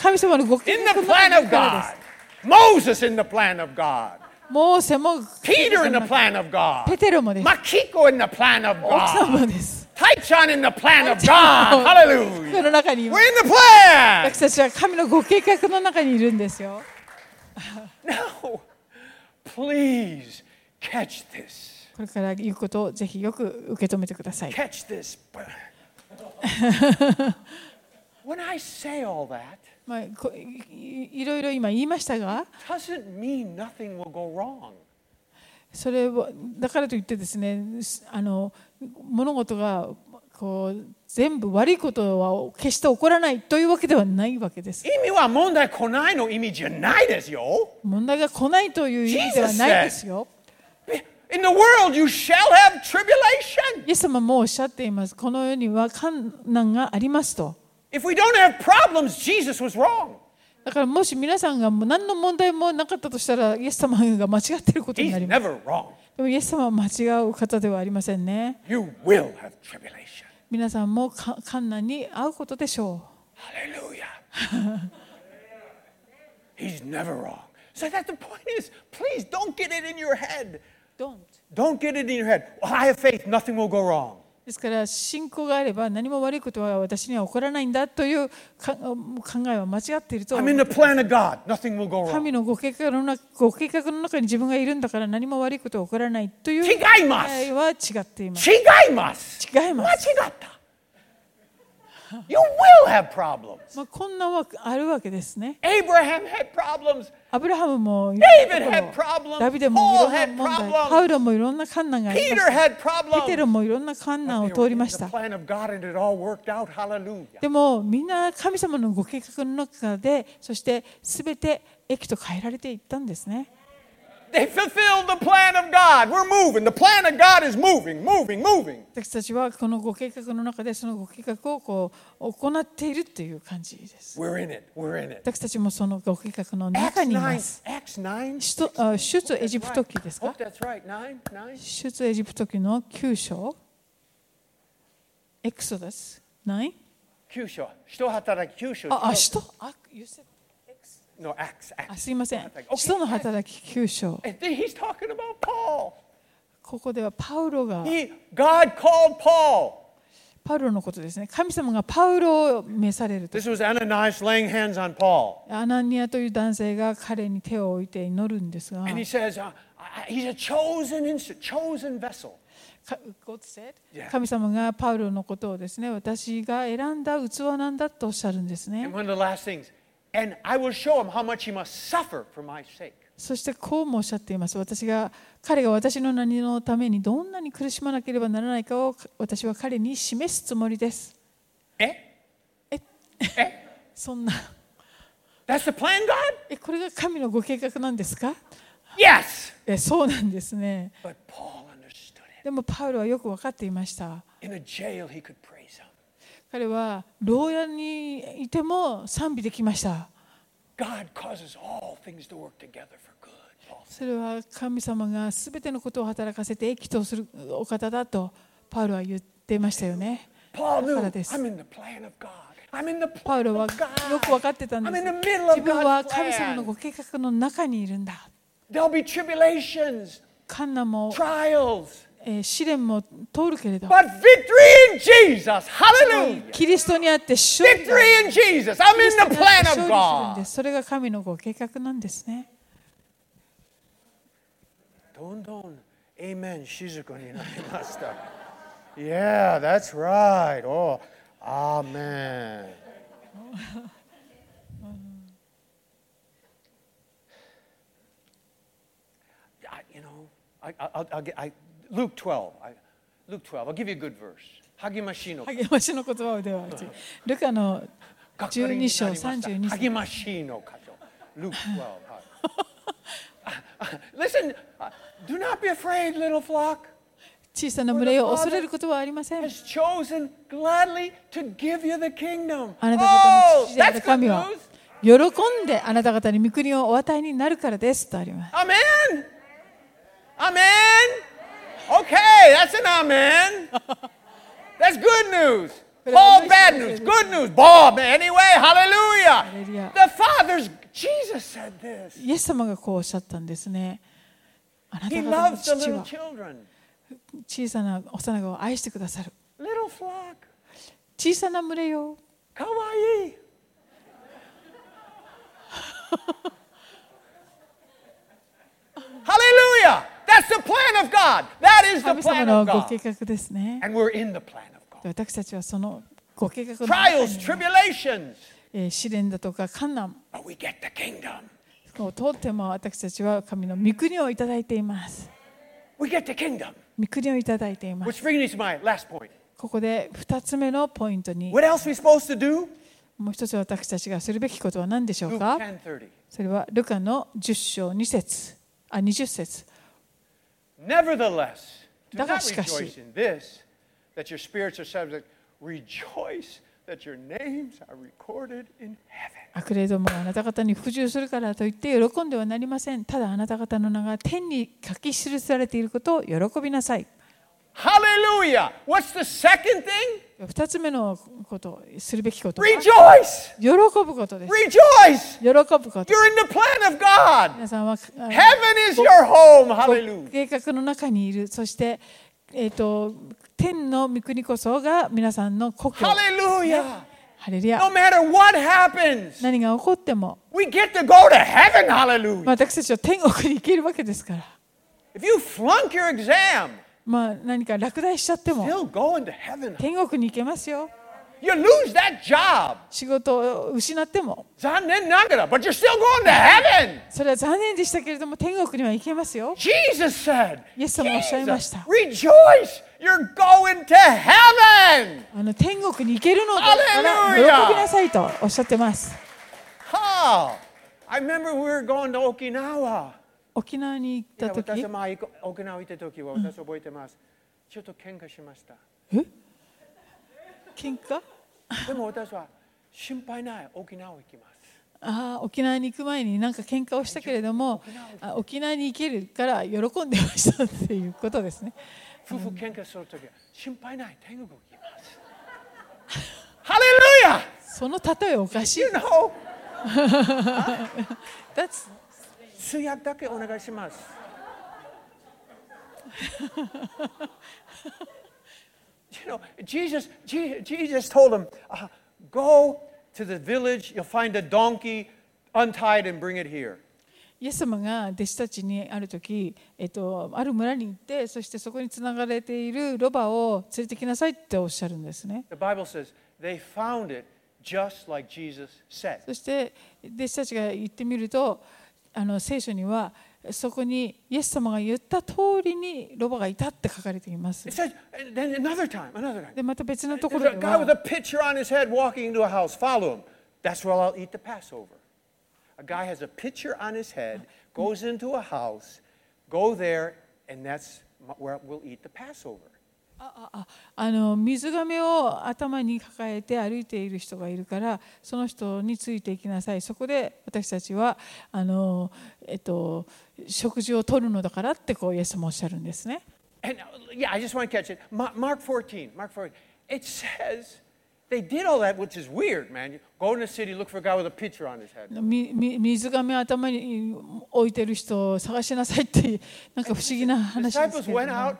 [SPEAKER 1] 神様のご計
[SPEAKER 2] In
[SPEAKER 1] 画
[SPEAKER 2] the
[SPEAKER 1] の中
[SPEAKER 2] plan
[SPEAKER 1] だ
[SPEAKER 2] of
[SPEAKER 1] からで
[SPEAKER 2] God. Moses in the plan of God.
[SPEAKER 1] すモーセも
[SPEAKER 2] Peter in the plan of God. Oh,
[SPEAKER 1] ペテロもです
[SPEAKER 2] Makiko in the plan of
[SPEAKER 1] 奥さん
[SPEAKER 2] God.
[SPEAKER 1] もです
[SPEAKER 2] Taichon in the plan
[SPEAKER 1] も
[SPEAKER 2] of God.
[SPEAKER 1] 世
[SPEAKER 2] Hallelujah.
[SPEAKER 1] の中にいます
[SPEAKER 2] We're in the plan.
[SPEAKER 1] 私たちは神のご計画の中にいるんですよ
[SPEAKER 2] [LAUGHS] No. Please catch this.
[SPEAKER 1] これから言うことをぜひよく受け止めてください
[SPEAKER 2] Catch this. [LAUGHS] when I say all that,
[SPEAKER 1] まあ、こいいいろいろ今言いましたが
[SPEAKER 2] doesn't mean nothing will go wrong.
[SPEAKER 1] それをだからといってですねすあの物事がこう全部悪いことは決して起こらないというわけではないわけです
[SPEAKER 2] 意味は問題来ないの意味じゃないですよ。
[SPEAKER 1] 問題が来ないという意味ではないですよ
[SPEAKER 2] In the world you shall have tribulation.
[SPEAKER 1] イエス様もおっしゃっていますこの世には困難がありますと
[SPEAKER 2] If we don't have problems, Jesus was wrong.
[SPEAKER 1] だからもし皆さんがもう何の問題もなかったとしたらイエス様が間違っていることに
[SPEAKER 2] He's
[SPEAKER 1] なります
[SPEAKER 2] never wrong.
[SPEAKER 1] でもイエス様は間違う方ではありませんね
[SPEAKER 2] You will have tribulation.
[SPEAKER 1] 皆さんもか困難に遭うことでしょう
[SPEAKER 2] Hallelujah. [LAUGHS] He's never wrong. So that the point is, please don't get it in your head.
[SPEAKER 1] Don't.
[SPEAKER 2] Don't get it in your head. Well, I have faith, nothing will go wrong.
[SPEAKER 1] ですから信仰があれば何も悪いことは私には起こらないんだというか考えは間違っていると
[SPEAKER 2] I'm in the plan of God. Nothing will go wrong.
[SPEAKER 1] 神のご計画の中ご計画の中に自分がいるんだから何も悪いことは起こらないという
[SPEAKER 2] 違
[SPEAKER 1] 考
[SPEAKER 2] います
[SPEAKER 1] えは違っています。
[SPEAKER 2] 違います。
[SPEAKER 1] 違います。
[SPEAKER 2] 間違った。You will have problems.
[SPEAKER 1] まあ、こんなはあるわけですね。
[SPEAKER 2] Abraham had problems.
[SPEAKER 1] アブラハムもい
[SPEAKER 2] David
[SPEAKER 1] ろんなこと
[SPEAKER 2] had problems.
[SPEAKER 1] ダビデもいろん
[SPEAKER 2] Paul
[SPEAKER 1] な
[SPEAKER 2] had
[SPEAKER 1] 問題、
[SPEAKER 2] problems.
[SPEAKER 1] パウロもいろんな困難がありま
[SPEAKER 2] Peter
[SPEAKER 1] した。
[SPEAKER 2] had
[SPEAKER 1] ペテ
[SPEAKER 2] problems.
[SPEAKER 1] ロもいろんな困難を
[SPEAKER 2] They
[SPEAKER 1] 通
[SPEAKER 2] were
[SPEAKER 1] り
[SPEAKER 2] in
[SPEAKER 1] まし
[SPEAKER 2] the
[SPEAKER 1] た。
[SPEAKER 2] plan of God and it all worked out. Hallelujah.
[SPEAKER 1] でもみんな神様のご計画の中で、そしてすべて益と変えられていったんですね。
[SPEAKER 2] They fulfilled the plan of God. We're moving. The plan of God is moving, moving, moving.
[SPEAKER 1] 私たちはこのご計画の中でそのご計画をこう行っているという感じです。
[SPEAKER 2] We're in it. We're in it.
[SPEAKER 1] 私たちもそのご計画の
[SPEAKER 2] Acts
[SPEAKER 1] 中にいま
[SPEAKER 2] 9.
[SPEAKER 1] す。
[SPEAKER 2] Acts 9.
[SPEAKER 1] 首都あ出エジプト
[SPEAKER 2] Right.
[SPEAKER 1] 記ですか
[SPEAKER 2] Hope that's right. 9. 9.
[SPEAKER 1] 出エジプト記の9章エクソダス 9?
[SPEAKER 2] 9章。人働き9章。
[SPEAKER 1] あ、あ、使徒あ、you said-
[SPEAKER 2] No, Acts.
[SPEAKER 1] あ
[SPEAKER 2] Acts.
[SPEAKER 1] すいません
[SPEAKER 2] Okay.。
[SPEAKER 1] 使徒の働き9章。
[SPEAKER 2] And then He's talking about Paul.
[SPEAKER 1] ここではパウロが、
[SPEAKER 2] He, God called Paul.
[SPEAKER 1] パウロのことですね。神様がパウロを召されると。
[SPEAKER 2] This was Ananias laying hands on Paul.
[SPEAKER 1] アナニアという男性が彼に手を置いて祈るんですが、
[SPEAKER 2] And he says, uh, I- I- he's a chosen instrument, chosen vessel.
[SPEAKER 1] か God said
[SPEAKER 2] Yeah.
[SPEAKER 1] 神様がパウロのことをですね、私が選んだ器なんだとおっしゃるんですね
[SPEAKER 2] And。one of the last things, and I will show him how much he must suffer for my sake.
[SPEAKER 1] そしてこうもおっしゃっています。私が彼が私の何のためにどんなに苦しまなければならないかを私は彼に示すつもりです。
[SPEAKER 2] Eh?
[SPEAKER 1] え、
[SPEAKER 2] Eh?
[SPEAKER 1] そんな、 [LAUGHS]
[SPEAKER 2] That's the plan, God?
[SPEAKER 1] え、これが神のご計画なんですか
[SPEAKER 2] Yes.
[SPEAKER 1] え、そうなんですね。
[SPEAKER 2] But Paul understood it.
[SPEAKER 1] でもパウロはよく分かっていました。
[SPEAKER 2] In a jail, he could praise him.
[SPEAKER 1] 彼は牢屋にいても賛美できました。
[SPEAKER 2] God causes all things to work together for good, Paul said.
[SPEAKER 1] それは神様がすべてのことを働かせて益とするお方だとパウロは言っていましたよね。だ
[SPEAKER 2] Paul knew
[SPEAKER 1] からです。
[SPEAKER 2] I'm in the plan of God. I'm in the
[SPEAKER 1] パウ
[SPEAKER 2] plan
[SPEAKER 1] ロは
[SPEAKER 2] of
[SPEAKER 1] よく分かってた
[SPEAKER 2] God.
[SPEAKER 1] んです
[SPEAKER 2] I'm in the middle。
[SPEAKER 1] 自
[SPEAKER 2] of
[SPEAKER 1] 分は
[SPEAKER 2] God's
[SPEAKER 1] 神様の
[SPEAKER 2] plan.
[SPEAKER 1] ご計画の中にいるんだ。
[SPEAKER 2] There'll be tribulations,
[SPEAKER 1] カンナも、
[SPEAKER 2] trials,
[SPEAKER 1] えー試練も通るけれど、
[SPEAKER 2] but victory in Jesus. Hallelujah.
[SPEAKER 1] キリストにあって勝利
[SPEAKER 2] Victory in Jesus. I'm
[SPEAKER 1] キリ
[SPEAKER 2] in
[SPEAKER 1] ストに
[SPEAKER 2] the
[SPEAKER 1] あって勝利
[SPEAKER 2] plan
[SPEAKER 1] す
[SPEAKER 2] of
[SPEAKER 1] るんで
[SPEAKER 2] God.
[SPEAKER 1] す。それが神のご計画なんですね。
[SPEAKER 2] Don don. Amen. Shizuko ni narimashita. [LAUGHS] Yeah, that's right. Oh, amen. I, you know, I, I, I'll, I'll get, I, Luke 12. I, Luke 12. I'll give you a good verse. Hagimashino.
[SPEAKER 1] 励ましの言葉ではうちルカの12章32節
[SPEAKER 2] Hagimashino kato. Luke 12. hi. Listen, uh, do not be afraid, little flock.
[SPEAKER 1] 小さな群れを恐れることはありません。
[SPEAKER 2] has chosen gladly to give you the kingdom.
[SPEAKER 1] あなた方
[SPEAKER 2] Oh,
[SPEAKER 1] の父であ
[SPEAKER 2] that's
[SPEAKER 1] る
[SPEAKER 2] good
[SPEAKER 1] 神は喜
[SPEAKER 2] news.
[SPEAKER 1] んであなた方に御国をお与えになるからですとあります。
[SPEAKER 2] Amen. Amen. Okay, that's an amen. That's good news. Paul, bad news. Good news. Bob, anyway, hallelujah.
[SPEAKER 1] Hallelujah.
[SPEAKER 2] The Father's, Jesus said this.
[SPEAKER 1] イエス様がこうおっしゃったんですね。あな
[SPEAKER 2] He
[SPEAKER 1] た方の
[SPEAKER 2] loves the
[SPEAKER 1] 父
[SPEAKER 2] little
[SPEAKER 1] は
[SPEAKER 2] children,
[SPEAKER 1] 小さな幼子を愛してくださる。
[SPEAKER 2] little flock.
[SPEAKER 1] 小さな群れよ。
[SPEAKER 2] Kawaii. [LAUGHS] Hallelujah! That's the plan of God. That is the
[SPEAKER 1] 神様
[SPEAKER 2] plan
[SPEAKER 1] の
[SPEAKER 2] of
[SPEAKER 1] ご計
[SPEAKER 2] God.
[SPEAKER 1] 画ですね。
[SPEAKER 2] And we're in the plan of God.
[SPEAKER 1] 私たちはそのご計画の中
[SPEAKER 2] Trials,
[SPEAKER 1] に、
[SPEAKER 2] tribulations,
[SPEAKER 1] えー試練だとか困難
[SPEAKER 2] but we get the kingdom.
[SPEAKER 1] を通っても私たちは神の御国をいただいています。
[SPEAKER 2] We get the kingdom.
[SPEAKER 1] 御国をいただいていま
[SPEAKER 2] Which
[SPEAKER 1] す。
[SPEAKER 2] brings me to my last point.
[SPEAKER 1] ここで2つ目のポイントに
[SPEAKER 2] What else are we supposed to do?
[SPEAKER 1] もう一つ私たちがするべきことは何でしょう
[SPEAKER 2] Luke
[SPEAKER 1] か
[SPEAKER 2] 10:30.
[SPEAKER 1] それはルカの10章2節あ20節
[SPEAKER 2] Nevertheless, do not
[SPEAKER 1] だがしかし。
[SPEAKER 2] rejoice in this, that your spirits are subject. Rejoice that your names are recorded in heaven.
[SPEAKER 1] 悪霊どもがあなた方に服従するからといって喜んではなりませんただあなた方の名が天に書き記されていることを喜びなさい
[SPEAKER 2] Hallelujah. What's the second thing?
[SPEAKER 1] 2つ目のことするべきことは
[SPEAKER 2] Rejoice.
[SPEAKER 1] 喜ぶことです
[SPEAKER 2] Rejoice.
[SPEAKER 1] 喜ぶこと
[SPEAKER 2] You're in the plan of God.
[SPEAKER 1] 皆さんはあの
[SPEAKER 2] Heaven is your home. Hallelujah.
[SPEAKER 1] 計画の中にいるそしてえー、と天の御国こそが皆さんの故郷。
[SPEAKER 2] Hallelujah.
[SPEAKER 1] ハレルヤ
[SPEAKER 2] No。matter what happens,
[SPEAKER 1] 何が起こっても
[SPEAKER 2] we get to go to heaven. Hallelujah.
[SPEAKER 1] 私たちは [LAUGHS] 天国に行けるわけですから、
[SPEAKER 2] If you flunk your exam,
[SPEAKER 1] まあ、何か落第しちゃっても
[SPEAKER 2] you'll go into heaven.
[SPEAKER 1] 天国に行けますよ
[SPEAKER 2] You lose that job.
[SPEAKER 1] 仕事を失っても
[SPEAKER 2] Zannen nagara, But you're still going to heaven.
[SPEAKER 1] それは残念でしたけれども天国には行けますよ
[SPEAKER 2] Jesus said,
[SPEAKER 1] イエス様はおっしゃいまし
[SPEAKER 2] Jesus,
[SPEAKER 1] た
[SPEAKER 2] rejoice. You're going to heaven.
[SPEAKER 1] あの天国に行けるのだから
[SPEAKER 2] ハレルヤ
[SPEAKER 1] 喜びなさいとおっしゃってます
[SPEAKER 2] Ha! I remember we were going to Okinawa.
[SPEAKER 1] 沖縄に行った
[SPEAKER 2] 私
[SPEAKER 1] 時
[SPEAKER 2] はまあいこ沖縄行った時は私覚えてます。ちょっと喧嘩しました。
[SPEAKER 1] え喧嘩
[SPEAKER 2] で [LAUGHS] も私は心配ない沖縄行きます。
[SPEAKER 1] ああ沖縄に行く前になんか喧嘩をしたけれどもあ沖縄に行けるから喜んでましたっていうことですね
[SPEAKER 2] 夫婦喧嘩する時は心配ない天国行き [LAUGHS] ます。ハレルヤ
[SPEAKER 1] その例えおかしい
[SPEAKER 2] You know!
[SPEAKER 1] That's
[SPEAKER 2] 通訳だけお願いします。you know, Jesus, Je- Jesus told him, uh, go to the village, you'll find a donkey, untie it and bring it here.
[SPEAKER 1] イエス様が弟子たちにある時、えっと、ある村に行ってそしてそこにつながれているロバを連れてきなさいっておっしゃるんですね
[SPEAKER 2] The Bible says they found it just like Jesus said.
[SPEAKER 1] そして弟子たちが行ってみるとあの聖書にはそこにイエス様が言った通りにロバがいたって書かれています
[SPEAKER 2] It says, and then another time, another time.
[SPEAKER 1] でまた別のとこ
[SPEAKER 2] There's
[SPEAKER 1] ろ
[SPEAKER 2] a
[SPEAKER 1] で
[SPEAKER 2] guy with a
[SPEAKER 1] は
[SPEAKER 2] pitcher on his head walking into a house. Follow him. That's where I'll eat the Passover. A guy has a pitcher on his head, goes into a house, go there, and that's m- where we'll eat the Passover.
[SPEAKER 1] あああの水がめを頭に抱えて歩いている人がいるからその人についていきなさいそこで私たちはあの、えっと、食事をとるのだからってこうイエス様おっしゃるんですね。
[SPEAKER 2] And uh, yeah, I just want to catch it. Ma- Mark 14, Mark 14. It says they did all that, which is weird, man. You go in the city, look for a guy with a pitcher on his head.
[SPEAKER 1] みみ水がめを頭に置いてる人を探しなさいってなんか不思議 [LAUGHS] な
[SPEAKER 2] The
[SPEAKER 1] 話ですけ
[SPEAKER 2] disciples
[SPEAKER 1] れ
[SPEAKER 2] went
[SPEAKER 1] ども
[SPEAKER 2] out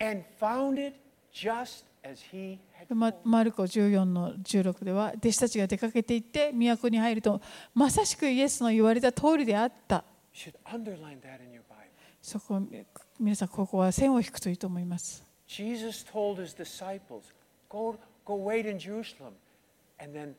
[SPEAKER 2] and found it just as he had
[SPEAKER 1] まマルコ14の16では弟子たちが出かけていって都に入るとまさしくイエスの言われた通りであった
[SPEAKER 2] You should underline that in your Bible.
[SPEAKER 1] そこ皆さんここは線を引くといいと思います
[SPEAKER 2] Jesus told his disciples, go, go wait in Jerusalem, and then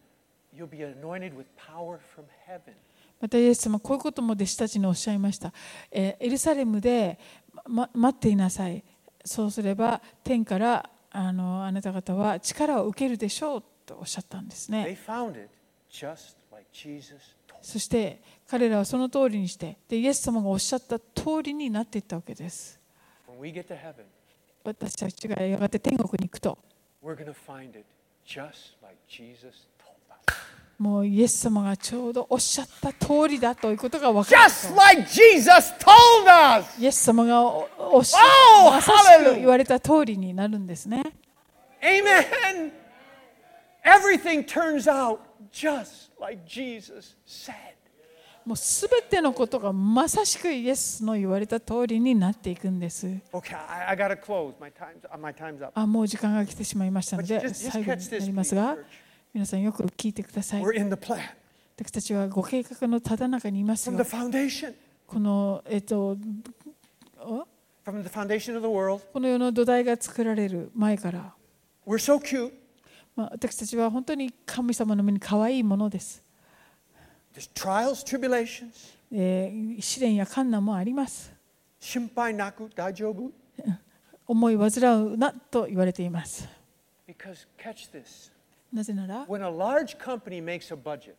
[SPEAKER 2] you'll be anointed with power from heaven.
[SPEAKER 1] またイエス様こういうことも弟子たちにおっしゃいました、えーエルサレムで、ま、待っていなさいそうすれば天からあのあなた方は力を受けるでしょうとおっしゃったんですね
[SPEAKER 2] They found it just like Jesus told.
[SPEAKER 1] そして彼らはその通りにしてでイエス様がおっしゃった通りになっていったわけです
[SPEAKER 2] When we get to heaven,
[SPEAKER 1] 私たちがやがて天国に行くと
[SPEAKER 2] we're going to find it just like Jesus told us.
[SPEAKER 1] もうイエス様がちょうどおっしゃった通りだということが分かる
[SPEAKER 2] Just like Jesus told us!
[SPEAKER 1] イエス様がおおっしゃ
[SPEAKER 2] Oh,
[SPEAKER 1] まさし
[SPEAKER 2] hallelujah.
[SPEAKER 1] く言われた通りになるんですね
[SPEAKER 2] Amen! Everything turns out just like Jesus said.
[SPEAKER 1] もうすべてのことがまさしくイエスの言われた通りになっていくんです。
[SPEAKER 2] Okay, I, I got to close. My time's, uh, my time's up.
[SPEAKER 1] あもう時間が来てしまいましたの
[SPEAKER 2] But
[SPEAKER 1] で
[SPEAKER 2] just- just
[SPEAKER 1] 最後
[SPEAKER 2] catch
[SPEAKER 1] に
[SPEAKER 2] this,
[SPEAKER 1] なりますが
[SPEAKER 2] please, church.
[SPEAKER 1] 皆さんよく聞いてください
[SPEAKER 2] We're。in the plan
[SPEAKER 1] 私たちはご計画のただ中にいます
[SPEAKER 2] from the
[SPEAKER 1] よ。
[SPEAKER 2] foundation.
[SPEAKER 1] この,、えっと、お
[SPEAKER 2] from the foundation of the world.
[SPEAKER 1] この世の土台が作られる前から、
[SPEAKER 2] We're so cute.
[SPEAKER 1] まあ、私たちは本当に神様の目に可愛いものです。
[SPEAKER 2] There's trials, tribulations.
[SPEAKER 1] えー試練や困難もあります。
[SPEAKER 2] Shimpai naku dajobu.
[SPEAKER 1] 思い煩うなと言われています。
[SPEAKER 2] Because catch this.
[SPEAKER 1] なぜなら、
[SPEAKER 2] When a large company makes a budget,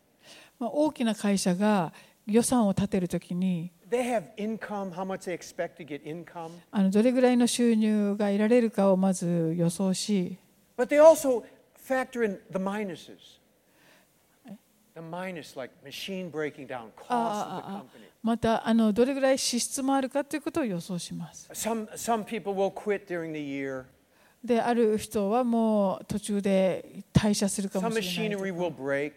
[SPEAKER 1] まあ、大きな会社が予算を立てるときに
[SPEAKER 2] they have income, how much they expect to get income,
[SPEAKER 1] あのどれぐらいの収入が得られるかをまず予想し
[SPEAKER 2] but they also factor in the minuses. The minus, like machine breaking down, cost of the
[SPEAKER 1] あああ
[SPEAKER 2] company.
[SPEAKER 1] またあのどれぐらい支出もあるかということを予想します
[SPEAKER 2] Some, some people will quit during the year.
[SPEAKER 1] である人はもう途中で退社するかも
[SPEAKER 2] Some
[SPEAKER 1] しれない
[SPEAKER 2] machinery will break.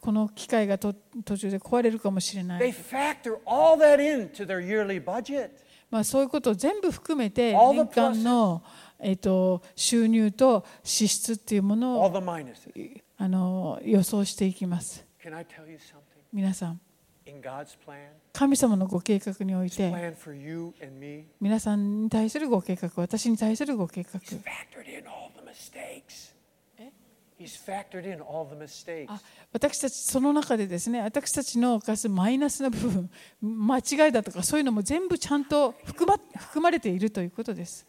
[SPEAKER 1] この機械がと途中で壊れるかもしれな
[SPEAKER 2] They
[SPEAKER 1] い
[SPEAKER 2] factor all that into their yearly budget.
[SPEAKER 1] まあ、そういうことを全部含めて
[SPEAKER 2] All the
[SPEAKER 1] 年間の、えっと収入と支出っていうもの
[SPEAKER 2] all
[SPEAKER 1] を
[SPEAKER 2] the minuses.
[SPEAKER 1] あの予想していきます
[SPEAKER 2] Can I tell you something?
[SPEAKER 1] 皆さん
[SPEAKER 2] In God's plan,
[SPEAKER 1] 神様のご計画におい
[SPEAKER 2] His
[SPEAKER 1] て
[SPEAKER 2] plan for you and me,
[SPEAKER 1] 皆さんに対するご計画私に対するご計画
[SPEAKER 2] He's factored in all the mistakes.
[SPEAKER 1] Eh? Ah.
[SPEAKER 2] He's factored in all the mistakes.
[SPEAKER 1] あ私たちその中でですね私たちの犯すマイナスな部分 [LAUGHS] 間違いだとかそういうのも全部ちゃんと含ま含まれているということです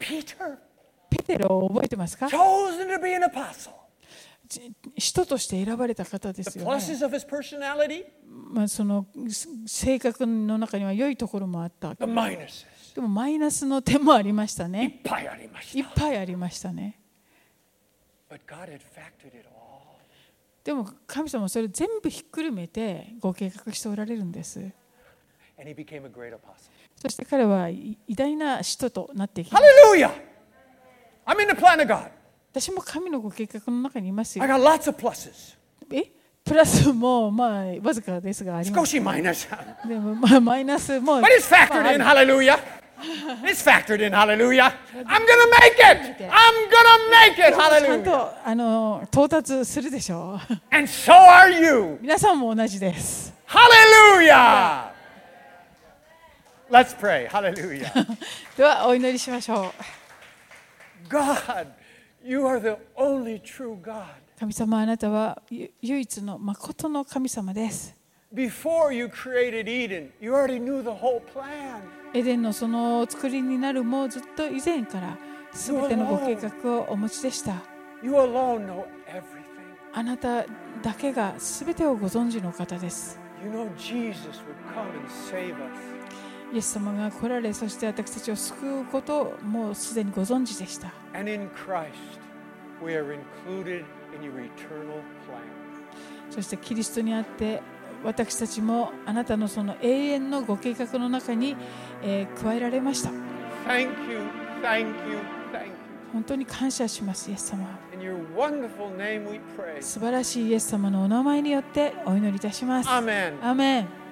[SPEAKER 2] Peter,
[SPEAKER 1] ペテロを覚えてますか
[SPEAKER 2] chosen to be an apostle.
[SPEAKER 1] じ人として選ばれた方で
[SPEAKER 2] The
[SPEAKER 1] すよね
[SPEAKER 2] pluses of his personality,
[SPEAKER 1] まあ、そのす性格の中には良いところもあった
[SPEAKER 2] the minuses.
[SPEAKER 1] でもマイナスの点もありましたねいっ
[SPEAKER 2] いっぱいありました。
[SPEAKER 1] ぱいありましたね
[SPEAKER 2] But God had factored it all.
[SPEAKER 1] でも神様はそれを全部ひっくるめてご計画しておられるんです
[SPEAKER 2] And he became a great apostle.
[SPEAKER 1] そして彼は偉大な使徒となっていきます
[SPEAKER 2] Hallelujah! I'm in the plan of God.
[SPEAKER 1] 私も神のご計画の中にいますよ
[SPEAKER 2] I got lots of pluses.
[SPEAKER 1] えプラスもまあわずかですがあります
[SPEAKER 2] Skoshi minus. [LAUGHS]
[SPEAKER 1] でもまあマイナスも
[SPEAKER 2] But it's
[SPEAKER 1] まあ
[SPEAKER 2] factored
[SPEAKER 1] あ
[SPEAKER 2] in,
[SPEAKER 1] る
[SPEAKER 2] hallelujah. It's factored in, hallelujah. I'm gonna make it! I'm gonna make it,
[SPEAKER 1] ちゃん
[SPEAKER 2] hallelujah!
[SPEAKER 1] とあの到達するでしょう
[SPEAKER 2] And so are you,
[SPEAKER 1] [LAUGHS] 皆さんも同じです
[SPEAKER 2] hallelujah! Let's pray, [LAUGHS] hallelujah.
[SPEAKER 1] ではお祈りしましょう
[SPEAKER 2] God, you are the only true God.
[SPEAKER 1] 神様あなたはゆ唯一の誠の神様です。
[SPEAKER 2] Before you created Eden, you already knew the whole plan.
[SPEAKER 1] エデンのそのお作りになるもうずっと以前から全てのご計画をお持ちでした。
[SPEAKER 2] You alone know everything.
[SPEAKER 1] あなただけが全てをご存知の方です。
[SPEAKER 2] You know Jesus would come and save us.
[SPEAKER 1] イエス様が来られ、そして私たちを救うことをもうすでにご存知でした。
[SPEAKER 2] And in Christ, we are included in your eternal plan.
[SPEAKER 1] そしてキリストにあって私たちもあなたのその永遠のご計画の中に、えー加えられました。
[SPEAKER 2] Thank you, thank you, thank you.
[SPEAKER 1] 本当に感謝します、イエス様。
[SPEAKER 2] In your wonderful name we pray.
[SPEAKER 1] 素晴らしいイエス様のお名前によってお祈りいたします。
[SPEAKER 2] Amen.
[SPEAKER 1] アーメン